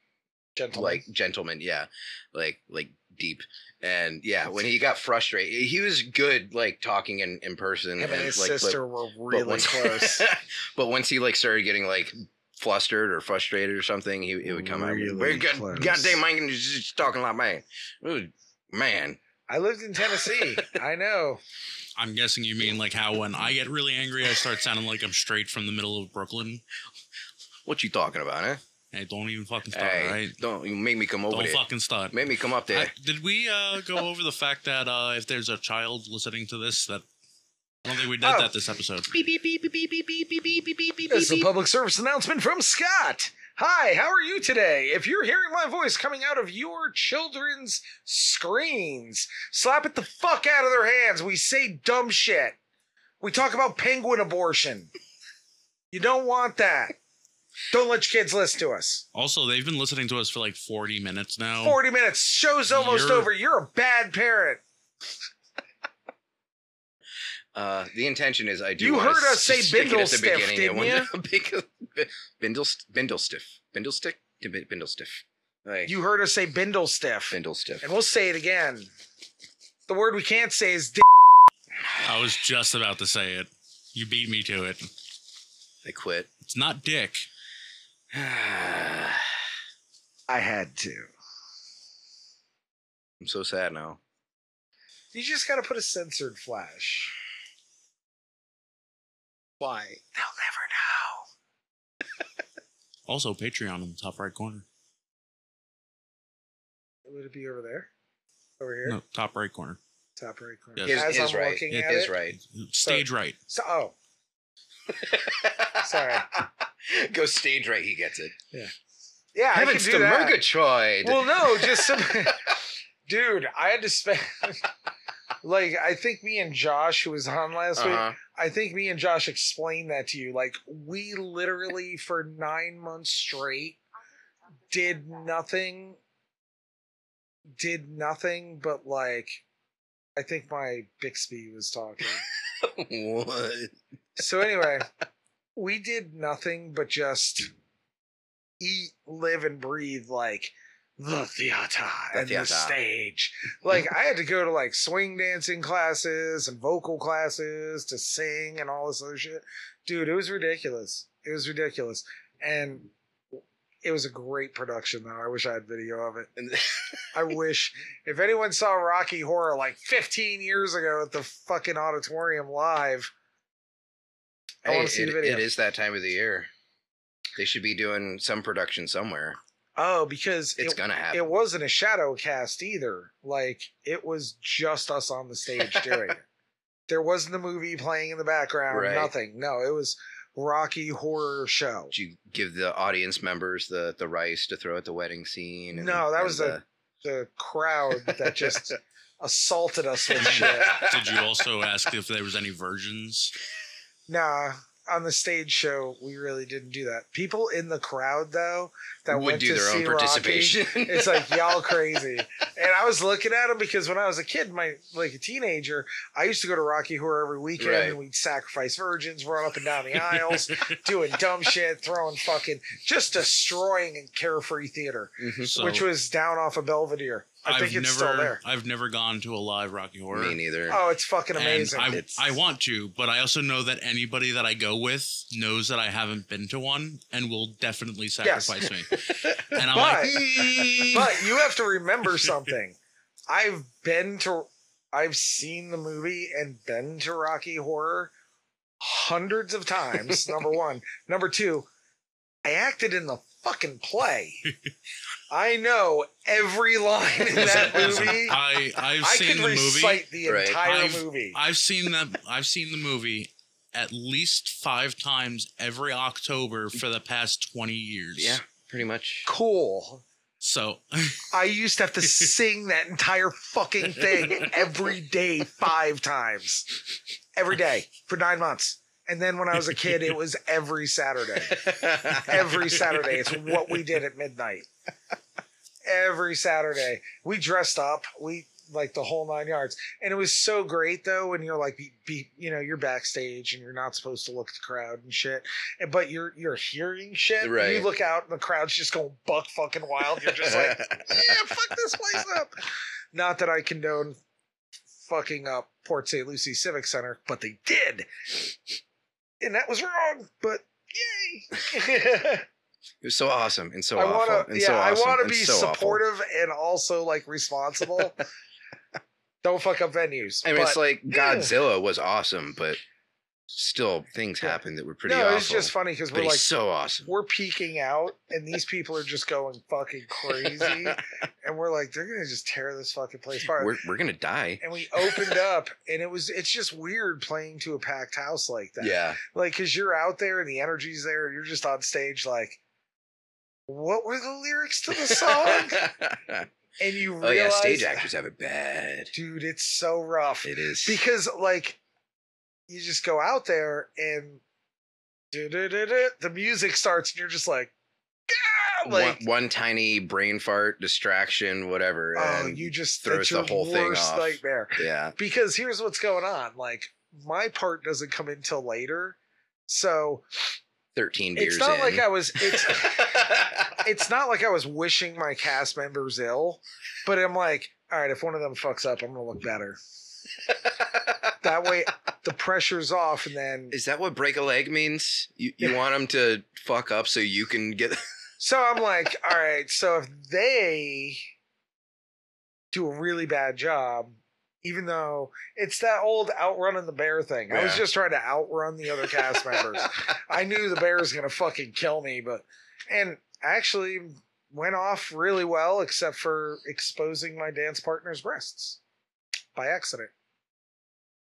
gentlemen. like gentleman, yeah, like like deep, and yeah, when he got frustrated, he was good like talking in in person. him and and, his uh, like, but- sister were but really once- close. but once he like started getting like flustered or frustrated or something, he it would come out. Really Really close. God, goddamn, man, you're just talking like man, Ooh, man. I lived in Tennessee. I know. I'm guessing you mean like how when I get really angry, I start sounding like I'm straight from the middle of Brooklyn. What you talking about, huh? Hey, don't even fucking start, Hey, right? don't you make me come over Don't there. fucking start. Make me come up there. I- did we uh, go over the fact that uh, if there's a child listening to this, that I don't think we did Oh. that this episode. This is a public service announcement from Scott. Hi, how are you today? If you're hearing my voice coming out of your children's screens, slap it the fuck out of their hands. We say dumb shit. We talk about penguin abortion. You don't want that. Don't let your kids listen to us. Also, they've been listening to us for like 40 minutes now. 40 minutes. Show's almost You're- over. You're a bad parent. Uh, the intention is I do. You wanna heard us s- say stick it at the Bindlestiff, beginning. didn't It ya? wouldn't- big- Bindlest- Bindlestiff. Bindlestick? Bi- Bindlestiff. Like, You heard us say bindle stiff. Bindlestiff. And we'll say it again. The word we can't say is d- I was just about to say it. You beat me to it. I quit. It's not dick. I'm I had to. so sad now. You just gotta put a censored flash. Why? They'll never know. Also, Patreon in the top right corner. Would it be over there? Over here? No, top right corner. Top right corner. Yes. As I'm right. looking It at Is it. right. Stage right. So, oh, Sorry. Go stage right. He gets it. yeah, I can Heavens do to that. Murgatroyd. Well, no, just some. Dude, I had to spend. like, I think me and Josh, who was on last week, Uh-huh. I think me and Josh explained that to you. Like, we literally, for nine months straight, did nothing did nothing but like i think my bixby was talking Uh-huh. what? so anyway we did nothing but just eat live and breathe like the theater The and theater. the stage like i had to go to like swing dancing classes and vocal classes to sing and all this other shit dude it was ridiculous it was ridiculous and it was a great production though i wish i had video of it And- I wish if anyone saw Rocky Horror like 15 years ago at the fucking auditorium live, I Hey, want to see it, the video. it is that time of the year. They should be doing some production somewhere. Oh, because It's it, gonna happen. it wasn't a shadow cast either. Like it was just us on the stage doing it. There wasn't a movie playing in the background. Right. Nothing. No, it was Rocky Horror Show. Did you give the audience members the the rice to throw at the wedding scene? No, that was the. The crowd that just assaulted us with shit. Did you also ask if there was any virgins? Nah, on the stage show, we really didn't do that. People in the crowd though that would went do to their see own participation. Rocky, it's like y'all crazy. And I was looking at them because when I was a kid, my like a teenager, I used to go to Rocky Horror every weekend, Right. and we'd sacrifice virgins, run up and down the aisles, doing dumb shit, throwing fucking, just destroying a carefree theater, Mhm. So which was down off of Belvedere. I have think it's never, still there. I've never gone to a live Rocky Horror. Me neither. Oh, it's fucking amazing. And It's- I, I want to, but I also know that anybody that I go with knows that I haven't been to one and will definitely sacrifice me. And I'm like, But- "Mm." but you have to remember something. I've been to, I've seen the movie and been to Rocky Horror hundreds of times. number one. Number two, I acted in the fucking play. I know every line in that Listen, movie. I, I I've seen could the movie. recite the Right. entire I've- movie. I've seen that. I've seen the movie at least five times every October for the past twenty years. yeah, pretty much. cool. So I used to have to sing that entire fucking thing every day, five times. Every day for nine months. And then when I was a kid, it was every Saturday. Every Saturday. It's what we did at midnight. Every Saturday. We dressed up. We like the whole nine yards. And it was so great though when you're like be, be you know, you're backstage and you're not supposed to look at the crowd and shit. And but you're you're hearing shit. You Right. look out and the crowd's just going buck fucking wild. You're just like yeah, fuck this place up. Not that I condone fucking up Port St. Lucie Civic Center, but they did. And that was wrong, but yay. It was so awesome and so I awful want to and yeah, so I awesome want to and be so awful. supportive and also like responsible. Don't fuck up venues. I mean, but it's like yeah. Godzilla was awesome, but still things Yeah. happen that were pretty no, awful. it's just funny because but we're he's like so awesome. we're peeking out, and these people are just going fucking crazy, and we're like they're gonna just tear this fucking place apart. We're, we're gonna die. and we opened up, and it was it's just weird playing to a packed house like that. Yeah, like because you're out there and the energy's there, and you're just on stage like. What were the lyrics to the song? and you realize, oh yeah, stage actors have it bad. dude, it's so rough. It is because like you just go out there and du-du-du-du, the music starts and you're just like, "Gah!" one, like one tiny brain fart, distraction, whatever. oh, and you just that's throws the your whole thing worst off. nightmare. yeah, Because here's what's going on: like my part doesn't come in till later, so thirteen beers. it's not in. like I was. It's it's not like I was wishing my cast members ill, but I'm like, all right, if one of them fucks up, I'm gonna look better. That way, the pressure's off, and then Is that what break a leg means? You you want them to fuck up so you can get So I'm like, all right, so if they do a really bad job, even though it's that old outrunning the bear thing. I was Yeah. just trying to outrun the other cast members. I knew the bear was gonna fucking kill me, but and actually went off really well, except for exposing my dance partner's breasts by accident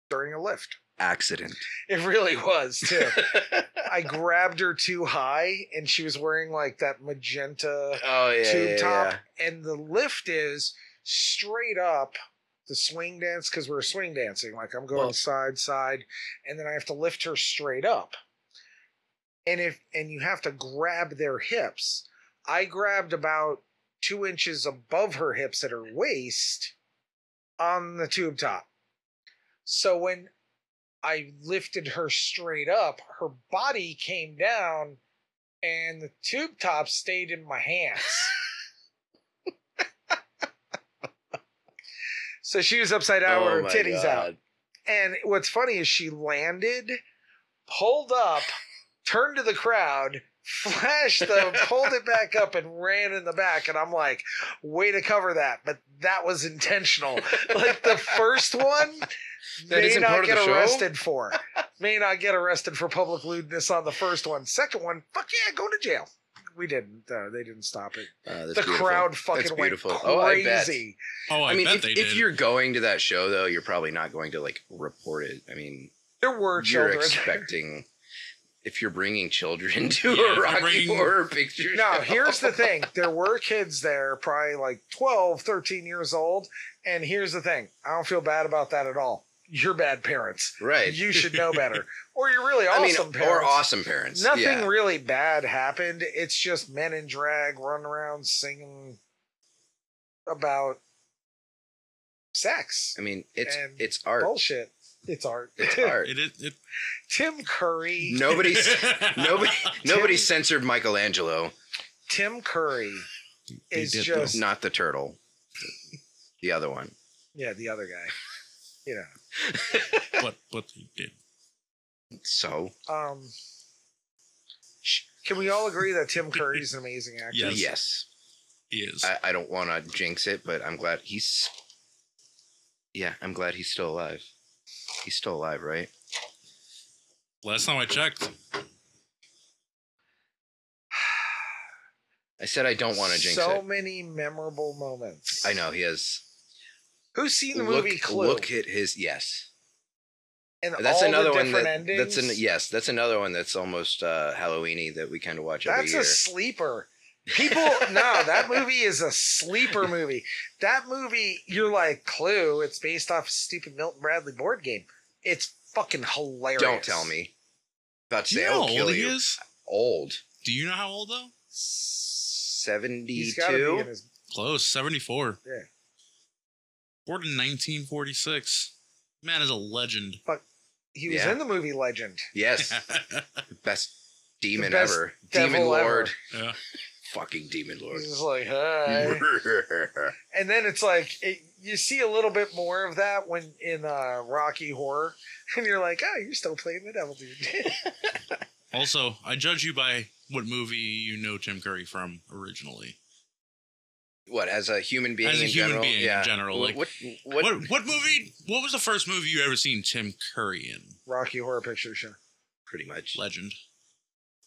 during a lift. accident. It really was too. I grabbed her too high, and she was wearing like that magenta Oh yeah, tube yeah, top, yeah. and the lift is straight up the swing dance because we're swing dancing. Like I'm going Well- side side, and then I have to lift her straight up. And if and you have to grab their hips. I grabbed about two inches above her hips at her waist on the tube top. So when I lifted her straight up, her body came down and the tube top stayed in my hands. so she was upside down Oh, with my her titties out. God. And what's funny is she landed, pulled up, turned to the crowd, flashed them, pulled it back up, and ran in the back. And I'm like, way to cover that. But that was intentional. Like the first one That may isn't not part of get the show? arrested for. May not get arrested for public lewdness on the first one. Second one, fuck yeah, go to jail. We didn't. Uh, they didn't stop it. Oh, that's the beautiful. crowd That's fucking went beautiful. crazy. Oh, I bet. Oh, I, I, mean, bet if, they if did. you're going to that show though, you're probably not going to like report it. I mean, There were you're children. expecting if you're bringing children to Yeah, if a you're Rocky bringing- Horror Picture No, Show. here's the thing. There were kids there, probably like 12, 13 years old. And here's the thing I don't feel bad about that at all. You're bad parents. right. You should know better. or you're really I awesome mean, parents. or awesome parents. Nothing yeah. really bad happened. It's just men in drag running around singing about sex. I mean, it's and it's art. Bullshit. It's art. It's art. It is. It, Tim Curry. Nobody, nobody, nobody censored Michelangelo. Tim Curry They is did, though. just. Not the turtle. The other one. Yeah, the other guy. You know. But but they did. So Um, sh- can we all agree that Tim Curry's an amazing actor? Yes. yes, He is. I, I don't want to jinx it, but I'm glad he's. Yeah, I'm glad he's still alive. He's still alive, right? Last time I checked. I said I don't want to jinx so it. many memorable moments. I know he has. Who's seen the look, movie Clue? look at his yes. and That's all another the one different that endings. that's an yes. That's another one that's almost uh, Halloweeny that we kind of watch every That's year. a sleeper. People, no, that movie is a sleeper movie. That movie, you're like Clue. It's based off a stupid Milton Bradley board game. It's fucking hilarious. don't tell me. About to Do you say know I'll how kill old he you. is? Old. Do you know how old though? Seventy He's got to be in two. his. Close. Seventy four. Yeah. Born in nineteen forty six. Man is a legend. He was Yeah. in the movie Legend. Yes. Best demon best ever. devil Demon ever. lord. Yeah. Fucking demon lord. He's just like, hi. and then it's like it, you see a little bit more of that when in uh, Rocky Horror, and you're like, oh, you're still playing the devil, dude. Also, I judge you by what movie you know Tim Curry from originally. What as a human being? As a in human general? being in yeah. general, What, like, what, What, what, what movie? What was the first movie you ever seen Tim Curry in? Rocky Horror Picture Show. Pretty much. Legend.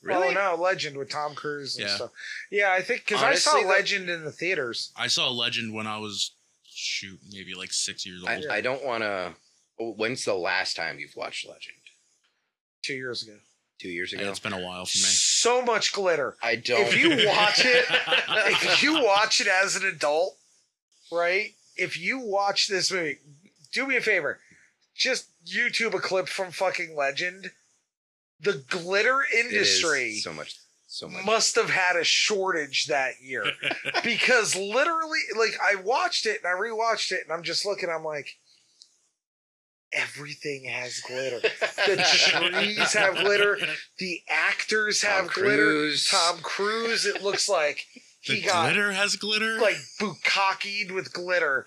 Oh no, Legend with Tom Cruise and Yeah. stuff. Yeah, I think because I saw Honestly, though- Legend in the theaters. I saw Legend when I was shoot maybe like six years I, old. I don't want to. When's the last time you've watched Legend? two years ago. Two years And ago. it's been a while for me. So much glitter. I don't. If you watch it, if you watch it as an adult, right? If you watch this movie, do me a favor. Just YouTube a clip from fucking Legend. The glitter It is industry so much, so much. must have had a shortage that year because literally, like, I watched it and I rewatched it and I'm just looking, I'm like, everything has glitter. The trees have glitter. The actors Tom have glitter. Cruise. Tom Cruise, it looks like he the got glitter has glitter. like bukkakied with glitter.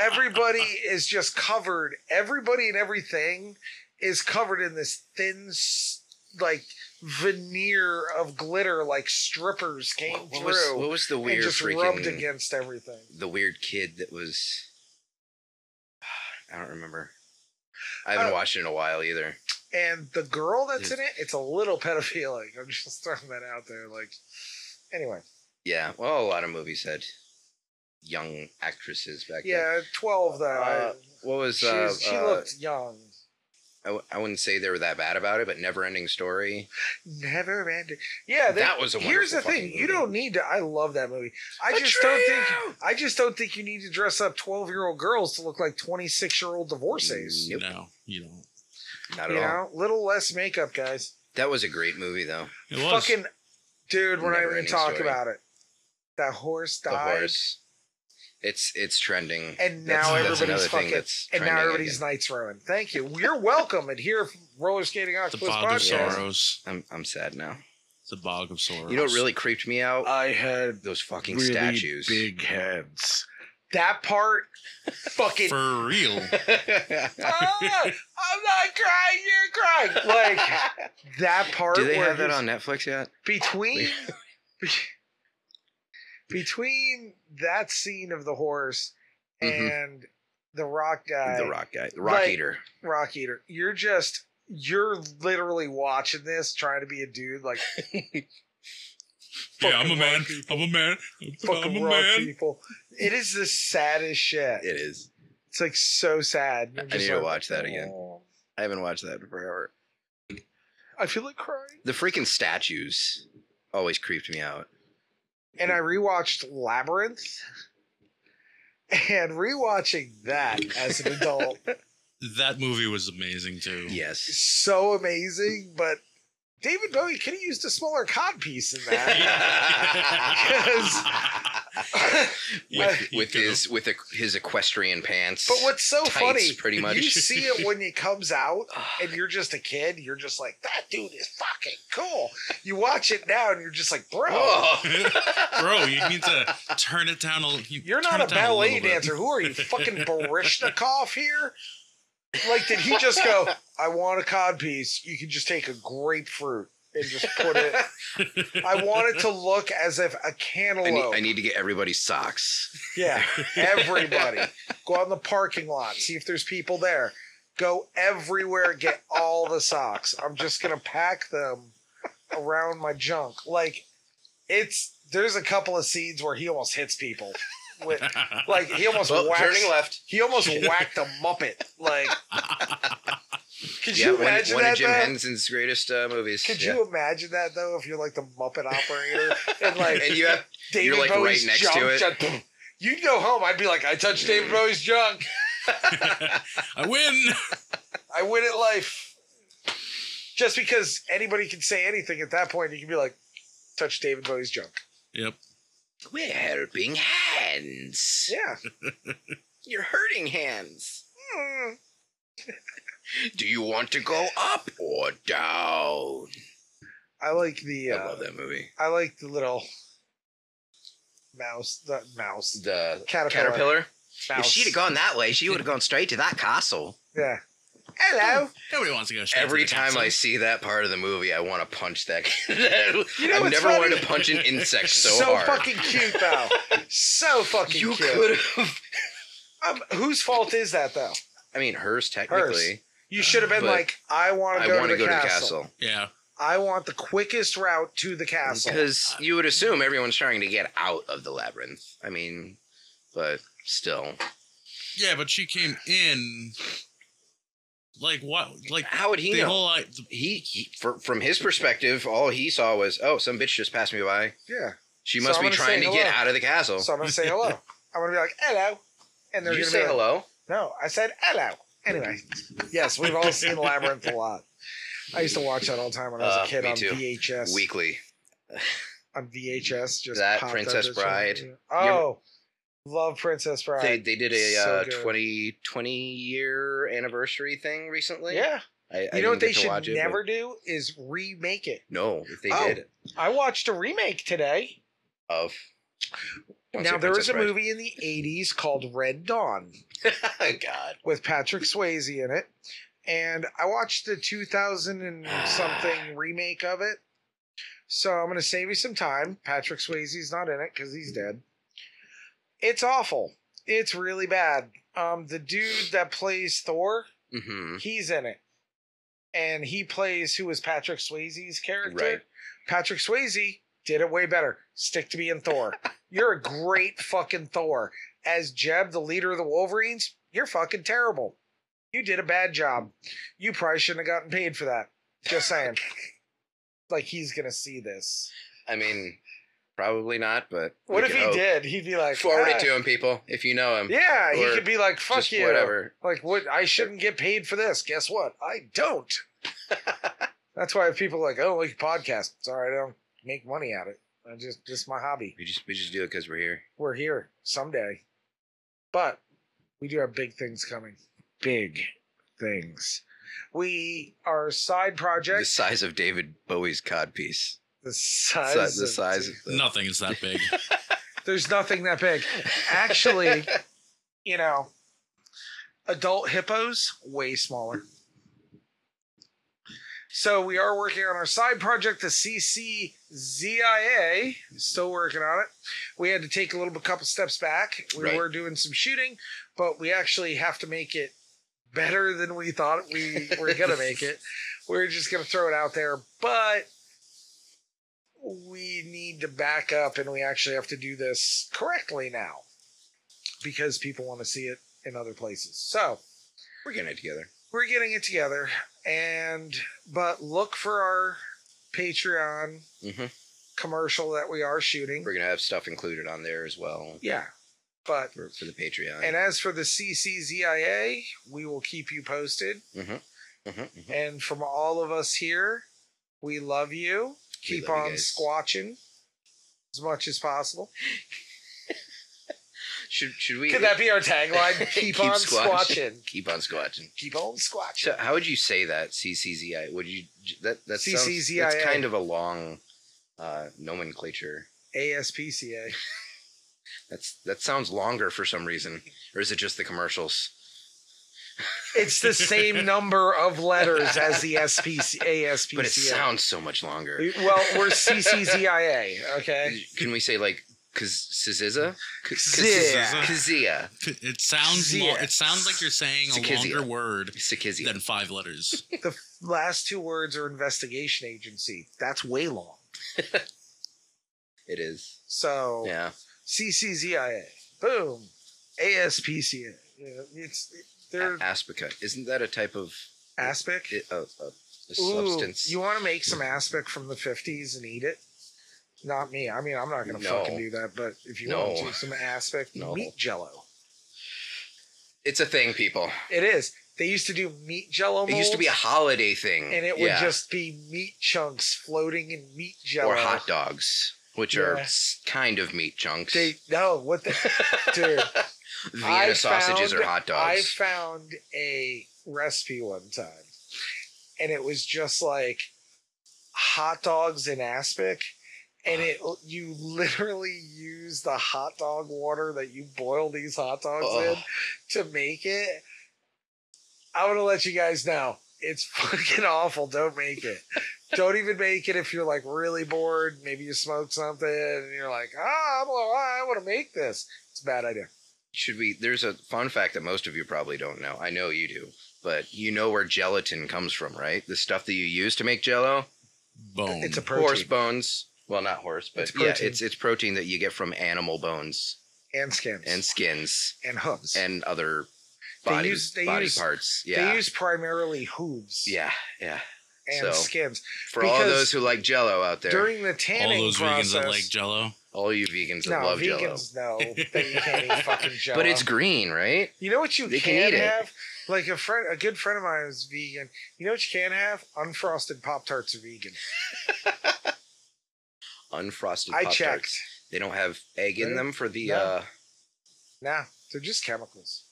Everybody is just covered. Everybody and everything is covered in this thin, s- like veneer of glitter, like strippers came What, what was, through what was the weird and just rubbed freaking against everything. the weird kid that was? I don't remember. I haven't Uh, watched it in a while either. And the girl that's in it, it's a little pedophilic. I'm just throwing that out there. Like, anyway, Yeah. Well, a lot of movies had young actresses back then. yeah, twelve though. I- Uh, What was she's, uh, she uh, looked young. I, w- I wouldn't say they were that bad about it, but Never Ending Story. Never ended. Yeah, they, That was a Here's wonderful the thing: fucking you movie. don't need to. I love that movie. I A just don't trio! think. I just don't think you need to dress up twelve-year-old girls to look like twenty-six-year-old divorcees. Nope, No, you don't. Mm, not at you all. know, little less makeup, guys. That was a great movie though. It was. Fucking dude, when I Never even ending talk story. about it, that horse died, The horse. It's it's trending. and That's- now that's everybody's another thing fucking. that's and now trending everybody's again. Knights Rowan. Thank you. You're welcome. And here, roller skating the octopus bog of podcast. sorrows. I'm I'm sad now. The bog of sorrows. You know what really creeped me out? I had Those fucking statues. heads. That part, fucking for real. "Ah, I'm not crying, you're crying. Like that part Do they where have that he's- on Netflix yet? between between that scene of the horse Mhm. and the rock guy, the rock guy. The rock Like- eater. rock eater. You're just you're literally watching this, trying to be a dude like yeah, I'm a Fucking man. rock people. I'm a man. I'm fucking a rock man. people. It is the saddest shit. It is. It's like so sad. You're I just need to like, watch that again. "Aw." I haven't watched that in forever. I feel like crying. The freaking statues always creeped me out. and I rewatched Labyrinth. And rewatching that as an adult That movie was amazing Mm. too. Yes. is so amazing, but David Bowie could have used a smaller codpiece in that. with with You his with a, his equestrian pants. But what's so Tights, funny, pretty much. you see it when it comes out, and you're just a kid. You're just like, that dude is fucking cool. You watch it now, and you're just like, bro, Whoa. Bro, you need to turn it down a little. you You're turn not a it down ballet little bit. dancer. Who are you, fucking Barishnikov here? Like, did he just go, I want a codpiece? You can just take a grapefruit and just put it. I want it to look as if a I, cantaloupe. need, I need to get everybody's socks. yeah, everybody. go out in the parking lot, see if there's people there. Go everywhere, get all the socks. I'm just going to pack them around my junk. Like, it's, there's a couple of scenes where he almost hits people. With, like he almost Well, whacks, Oh, turning left. he almost whacked a Muppet. Like, could Yeah, you one, imagine one that? of Jim though? Henson's greatest uh, movies. could Yeah. you imagine that though? If you're like the Muppet operator and like and you have David you're, like, right Bowie's next to junk, it. Mm. junk, boom. you'd go home. I'd be like, I touched David Bowie's junk. I win. I win at life. Just because anybody can say anything at that point, you can be like, touch David Bowie's junk. Yep. we're helping hands. Yeah. You're hurting hands. Hmm. Do you want to go up or down? I like the. Uh, I love that movie. I like the little mouse. The mouse. The Caterpillar. caterpillar. Mouse. If she'd have gone that way, she would have gone straight to that castle. Yeah. Hello. Nobody wants to go. straight Every to the time I console. see that part of the movie, I want to punch that. You know I've what's never wanted funny? to punch an insect so, So, hard. fucking cute though. so fucking you cute. could have. Um, whose fault is that though? I mean, hers technically. You should have been But like, I want I to go, want to, to the, go castle. yeah, I want the quickest route to the to the castle castle. because you would assume everyone's trying to get out of the labyrinth. I mean, but still, yeah, but she came in. Like what? Like how would he the know? whole like, he, he for, from his perspective, all he saw was, "Oh, some bitch just passed me by. Yeah. She So must I'm be gonna trying say to get hello. out of the castle." So I'm gonna say hello. I'm gonna be like, hello. And they're you gonna say be like, hello. No, I said hello. Anyway, yes, we've all seen Labyrinth a lot. I used to watch that all the time when I was Uh, a kid me on too. VHS. Weekly. On VHS, just That, popped up Princess this shit. Bride. Oh, love Princess Bride. They, they did a So uh, good. 20, 20 year anniversary thing recently. yeah, I, I you know didn't what they get to should watch it, but- never do is remake it. No, if they Oh. did I watched a remake today. of. Don't now say there was Princess a Bride. movie in the '80s called Red Dawn God, with Patrick Swayze in it, and I watched the 2000 and something remake of it. So I'm going to save you some time. Patrick Swayze's not in it because he's dead. It's awful. It's really bad. Um, the dude that plays Thor, hmm he's in it, and he plays who was Patrick Swayze's character. Right. Patrick Swayze did it way better. Stick to being Thor. You're a great fucking Thor. As Jeb, the leader of the Wolverines, you're fucking terrible. You did a bad job. You probably shouldn't have gotten paid for that. Just saying. like he's gonna see this. I mean, probably not. But we What if can he hope. did? He'd be like, Forward "Ah." it to him, people, if you know him. Yeah, he Or could be like, "Fuck Just you." Whatever. Like, what? I shouldn't get paid for this. Guess what? I don't. That's why people are like, oh, like podcasts. Sorry, I don't make money at it. I just, just my hobby. We just we just do it because we're here. We're here someday, but we do have big things coming. Big things. We our side project. The size of David Bowie's codpiece. the Si- size. the of- size of the. nothing is that big. There's nothing that big. Actually, you know, adult hippos way smaller. So we are working on our side project, the CCZIA. Still working on it. We had to take a little bit, couple steps back. We Right. were doing some shooting, but we actually have to make it better than we thought we were gonna make it. We are just gonna throw it out there, but we need to back up, and we actually have to do this correctly now because people want to see it in other places. So We're getting it together. we're getting it together, and but look for our Patreon Mhm. commercial that we are shooting. We're gonna have stuff included on there as well Yeah, but for, for the Patreon. and as for the CCZIA, we will keep you posted. Mhm. Mhm. Mhm. And from all of us here, we love you. We Keep love you on guys. squatching as much as possible. Should should we Could that be our tagline? Keep, Keep on squatching. squatching. keep on squatching? Keep on squatching. So how would you say that? CCZI? Would you that that sounds CCZIA. that's kind of a long uh, nomenclature. ASPCA. That's that sounds longer for some reason, or is it just the commercials? It's the same number of letters as the SPC, ASPCA. But it sounds so much longer. Well, we're CCZIA, okay? Can we say like Kaziza? Zia. Kazia. It sounds lo- Yeah. it sounds like you're saying a Sikizia. longer word Sikizia. than five letters. The last two words are investigation agency. That's way long. It is. So Yeah. CCZIA. Boom. ASPCA. Yeah, It's they're A- Aspica. Isn't that a type of aspic. i- a, a, a Ooh, substance? You want to make some aspic from the fifties and eat it? Not me. I mean, I'm not going to No. fucking do that. But if you No. want to, some aspic No. meat jello. It's a thing, people. It is. They used to do meat jello. It used to be a molds, holiday thing, and it would Yeah. just be meat chunks floating in meat jello. or hot dogs, which are Yeah. s- kind of meat chunks. They no. What the dude? Vienna I sausages found- are hot I dogs. found a recipe one time, and it was just like hot dogs in aspic, and it you literally use the hot dog water that you boil these hot dogs Ugh. in to make it. I want to let you guys know it's fucking awful. Don't make it. Don't even make it if you're like really bored. Maybe you smoke something and you're like, ah, I'm, I want to make this. It's a bad idea. Should we? There's a fun fact that most of you probably don't know. I know you do, but you know where gelatin comes from, right? The stuff that you use to make Jello, Bone. It's a protein horse bones. Well, not horse, but It's yeah, protein. it's it's protein that you get from animal bones and skins and skins and hooves. and other They body use- they body use- parts. Yeah, They use primarily hooves yeah, yeah. and so- skins. For all Because those who like Jello out there, During the all tanning those process, vegans that like Jello. all you vegans that no, love Jello, vegans know that you can't eat fucking jello. but it's green, right? You know what you They can, can eat it. have? Like a friend, a good friend of mine is vegan. You know what you can have? Unfrosted Pop Tarts are vegan. Unfrosted. I Pop-Tarts. checked. They don't have egg in No. them for the. No. uh Nah, they're just chemicals.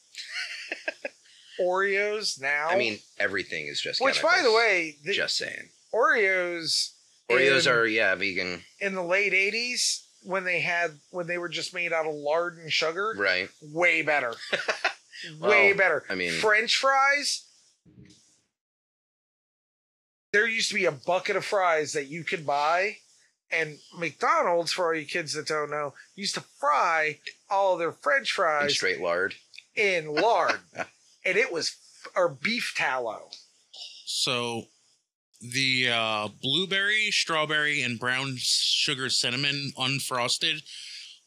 Oreos now. I mean, everything is just. which by the chemicals. way, the just saying. Oreos. Oreos in- are yeah vegan, in the late '80s when they had when they were just made out of lard and sugar. right? Way better. Well, way better. I mean- French fries. There used to be a bucket of fries that you could buy, and McDonald's, for all you kids that don't know, used to fry all of their French And fries straight lard. in lard, and it was or beef tallow. So the uh, blueberry, strawberry, and brown sugar cinnamon unfrosted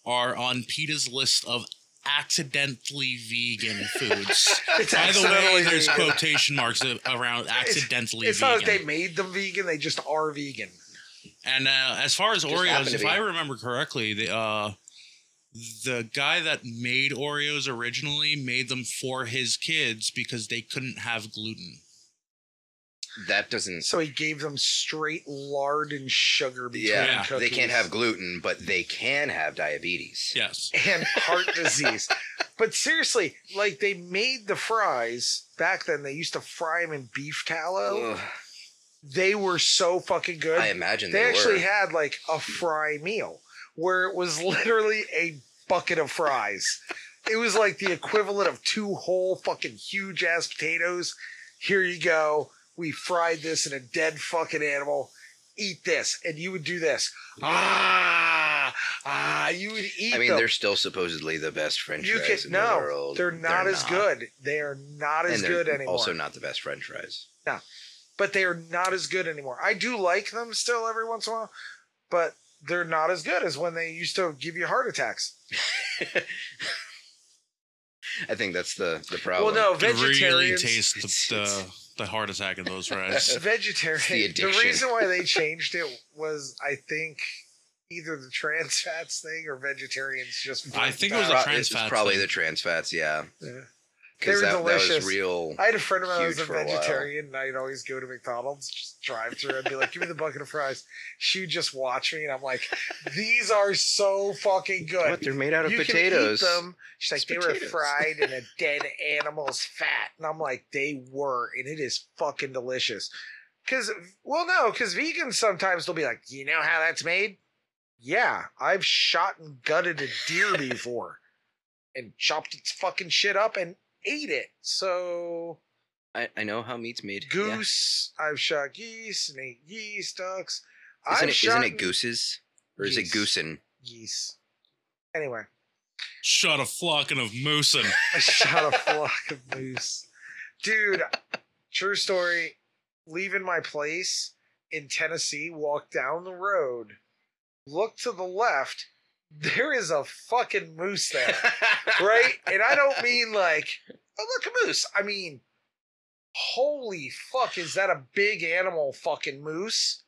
are on PETA's list of accidentally vegan foods. It's By the way, accidentally there's vegan. quotation marks a- around accidentally It's not that they vegan. made them vegan; they just are vegan. And uh, as far as happened Oreos, to if be. I remember correctly, the uh, the guy that made Oreos originally made them for his kids because they couldn't have gluten. That doesn't. So he gave them straight lard and sugar between Yeah, cookies. they can't have gluten, but they can have diabetes. Yes. and heart disease. But seriously, like they made the fries back then. They used to fry them in beef tallow. Ugh, They were so fucking good. I imagine they they, actually were. had like a fry meal where it was literally a bucket of fries. it was like the equivalent of two whole fucking huge ass potatoes. Here you go. We fried this in a dead fucking animal. Eat this, and you would do this. Ah, ah, you would eat. I mean, them. they're still supposedly the best French You fries can in the no, world. they're not as good. They are not And as they're good anymore. Also, not the best French fries. but they are not as good anymore. I do like them still every once in a while, but they're not as good as when they used to give you heart attacks. I think that's the the problem. Well, no, You really vegetarians. taste the, the, the heart attack of those fries. vegetarian. It's the The, addiction. reason why they changed it was, I think, either the trans fats thing or vegetarians just. I think it was brought a back- Pro- trans it's fats probably thing. the trans fats. Yeah, uh, Yeah. They because were that, that was delicious. real. I had a friend of mine who was a Huge for a while. vegetarian, and I'd always go to McDonald's, just drive through, and be like, "Give me the bucket of fries." She would just watch me, and I'm like, "These are so fucking good." But they're made out of You can eat potatoes. them. She's like, It's they were potatoes." fried in a dead animal's fat. And I'm like, they were. And it is fucking delicious. Because, well, no, because vegans sometimes they'll be like, you know how that's made? Yeah, I've shot and gutted a deer before and chopped its fucking shit up and ate it. So, I, I know how meat's made. yeah. goose, I've shot geese and ate geese, ducks. Isn't I've it, shot isn't it gooses or is it Geese. goosen? geese. Anyway. Shot a flocking of moosin. I shot a flock of moose. Dude, true story. Leaving my place in Tennessee, walk down the road, look to the left. There is a fucking moose there, right? And I don't mean like, oh, look, a moose. I mean, holy fuck, is that a big animal fucking moose?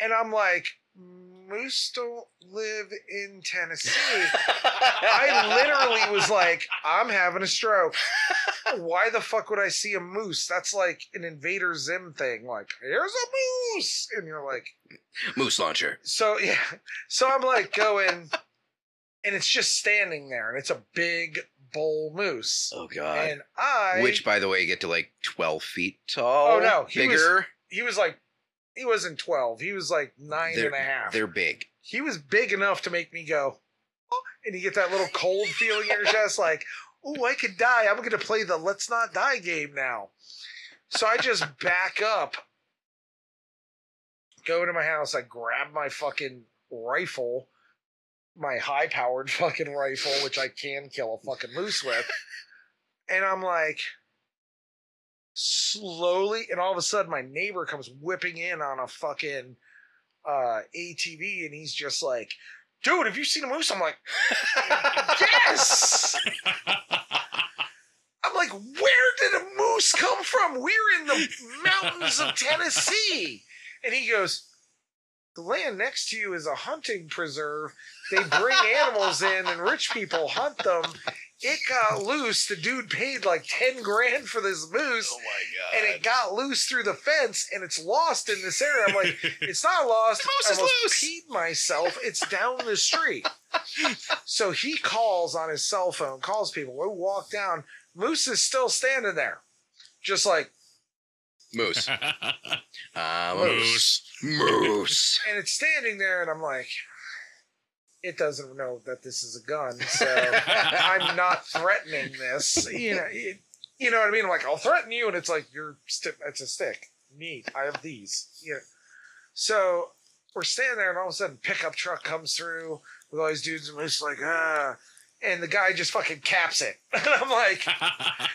And I'm like, moose don't live in Tennessee. I literally was like, I'm having a stroke. Why the fuck would I see a moose? That's like an Invader Zim thing. Like, here's a moose. And you're like, Moose launcher. so yeah. So I'm like going, and it's just standing there, and it's a big bull moose. Oh god. And I Which, by the way, get to like twelve feet tall. Oh, no, he was bigger. he was like he wasn't twelve. He was like nine and a half. They're big. he was big enough to make me go, oh, and you get that little cold feeling in your chest, like, oh, I could die. I'm going to play the let's not die game now. So I just back up, go into my house. I grab my fucking rifle, my high powered fucking rifle, which I can kill a fucking moose with. And I'm like, slowly, and all of a sudden, my neighbor comes whipping in on a fucking uh, ATV, and he's just like, dude, have you seen a moose? I'm like, yes. I'm like, where did a moose come from? We're in the mountains of Tennessee. And he goes, the land next to you is a hunting preserve. They bring animals in and rich people hunt them. It got loose. The dude paid like 10 grand for this moose my Oh and it got loose through the fence and it's lost in this area. I'm like, it's not lost. The moose I is almost loose. peed myself. It's down the street. so he calls on his cell phone, calls people. We walk down. Moose is still standing there. Just like, Moose. I'm a moose. Moose. Moose. and it's standing there, and I'm like, it doesn't know that this is a gun, so I'm not threatening this. You know, it- you know what I mean? I'm like, I'll threaten you, and it's like you're sti- it's a stick. Neat. I have these. You know. So we're standing there, and all of a sudden, pickup truck comes through with all these dudes, and it's like, ah, and the guy just fucking caps it, and I'm like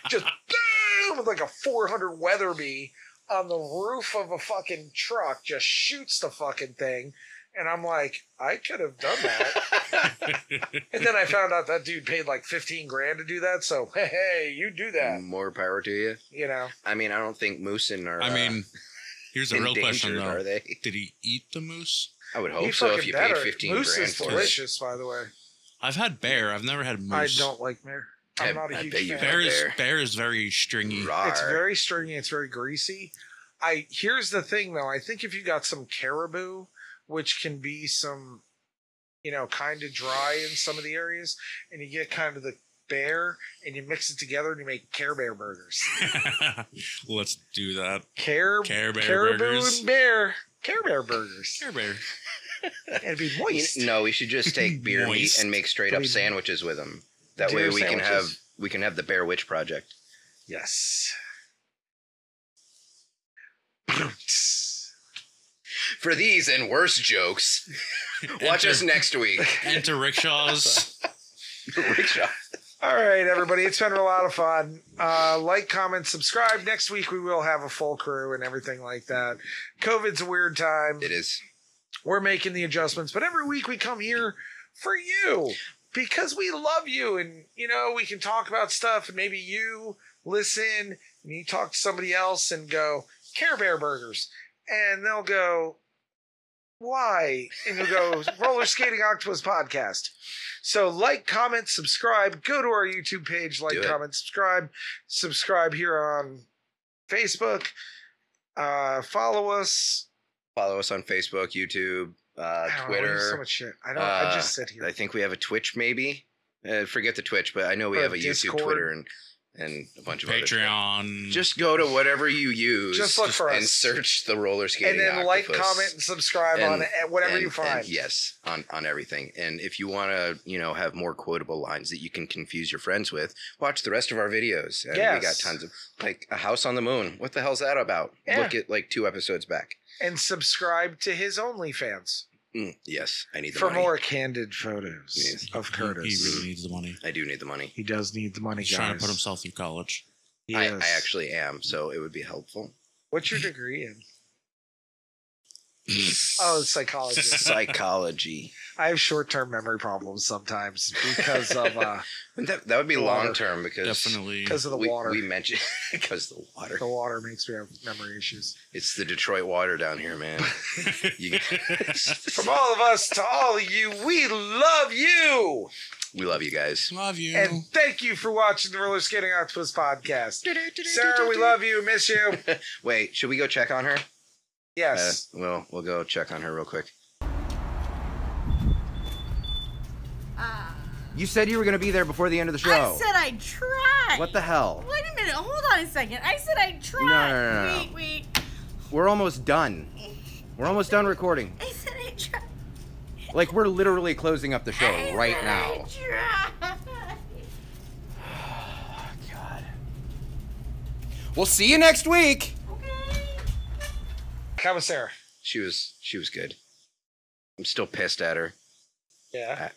just boom with like a 400 Weatherby on the roof of a fucking truck, just shoots the fucking thing. And I'm like, I could have done that. and then I found out that dude paid like 15 grand to do that. So, hey, hey, you do that, More power to you. you know? I mean, I don't think moose and are. I mean, here's uh, the real endangered, question are though. they? Did he eat the moose? I would He hope so. If fucking you better. paid fifteen Moose grand is for it. delicious, by the way. I've had bear. I've never had moose. I don't like bear. I- I'm not a I huge bet you fan. have. Bear is Bear. bear is very stringy. Rawr. It's very stringy. It's very greasy. I here's the thing though. I think if you got some caribou, which can be some, you know, kind of dry in some of the areas, and you get kind of the bear, and you mix it together, and you make Care Bear burgers. Let's do that. Care, Care Bear caribou burgers. and bear Care Bear burgers. Care bear. It'd be You- moist. No, we should just take beer meat Moist. and make straight up Please. sandwiches with them. That Beer way we can have sandwiches. we can have the Bear Witch Project. Yes. For these and worse jokes, watch Enter- us next week. Enter rickshaws. Rickshaw. All right, everybody. It's been a lot of fun. Uh, like, comment, subscribe. Next week we will have a full crew and everything like that. COVID's a weird time. It is. We're making the adjustments, but every week we come here for you because we love you, and you know we can talk about stuff. And maybe you listen and you talk to somebody else and go Care Bear burgers, and they'll go why, and you'll go Roller Skating Octopus podcast. So like, comment, subscribe. Go to our YouTube page. Like, Do it. comment, subscribe. Subscribe here on Facebook. Uh, follow us. Follow us on Facebook, YouTube, uh, I don't know, we do Twitter. uh, so much shit. I don't. I just sit here. I think we have a Twitch, maybe. Uh, forget the Twitch, but I know we Or have a Discord. YouTube, Twitter, and and a bunch of Other Patreon. just go to whatever you use. Just look for and us. search the roller and skating. then like, Octopus comment, and subscribe on And- it, whatever and- you find. and yes, on on everything. And if you want to, you know, have more quotable lines that you can confuse your friends with, watch the rest of our videos. And we got Yes. tons of like a house on the moon. What the hell's that about? Yeah. Look at like two episodes back. And subscribe to his OnlyFans Mm, yes, I need the for money. more candid photos Yes. of He- Curtis. He, He, really needs the money. I do need the money. does need the money, He's guys. trying to put himself through college. He I, is. I actually am, so it would be helpful. What's your degree in? Oh, psychologist. Psychology. I have short-term memory problems sometimes because of uh, That, that would be Water. long term because Definitely. because of the we, water. we mentioned because the water. the water makes me have memory issues. It's the Detroit water down here, man. You- From all of us to all of you, we love you. we love you guys. Love you. And thank you for watching the Roller Skating Octopus podcast. Sarah, we love you. Miss you. Wait, should we go check on her? Uh, Yes. we'll we'll go check on her real quick. You said you were gonna be there before the end of the Uh, I show. said I tried. What the hell? Wait a minute. Hold on a second. I said I tried. no, no, no. Wait, wait. We're almost done. We're almost done recording. I said I tried. Like we're literally closing up the show I right said now. I tried. We'll see you next week. How was Sarah? She was she was good. I'm still pissed at her. Yeah.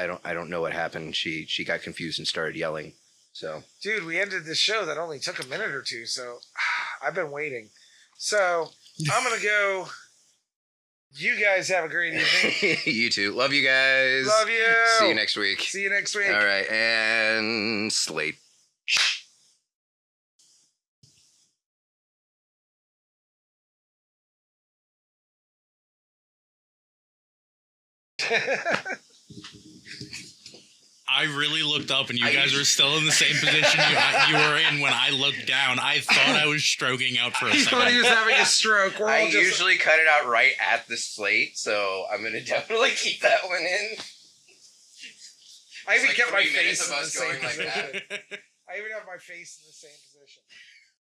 I don't I don't know what happened. She she got confused and started yelling. So Dude, we ended this show that only took a minute or two, so I've been waiting. So I'm gonna go. You guys have a great evening. you too. Love you guys. Mm-hmm. Love you. See you next week. See you next week. All right, and slate. I really looked up, and you I- guys were still in the same position you, you were in when I looked down. I thought I was stroking out for a he thought he second. was having a stroke. We're all I just. usually cut it out right at the slate, so I'm gonna definitely keep that one in. I even like kept my three minutes face in of the us same going like position. that. I even have my face in the same position.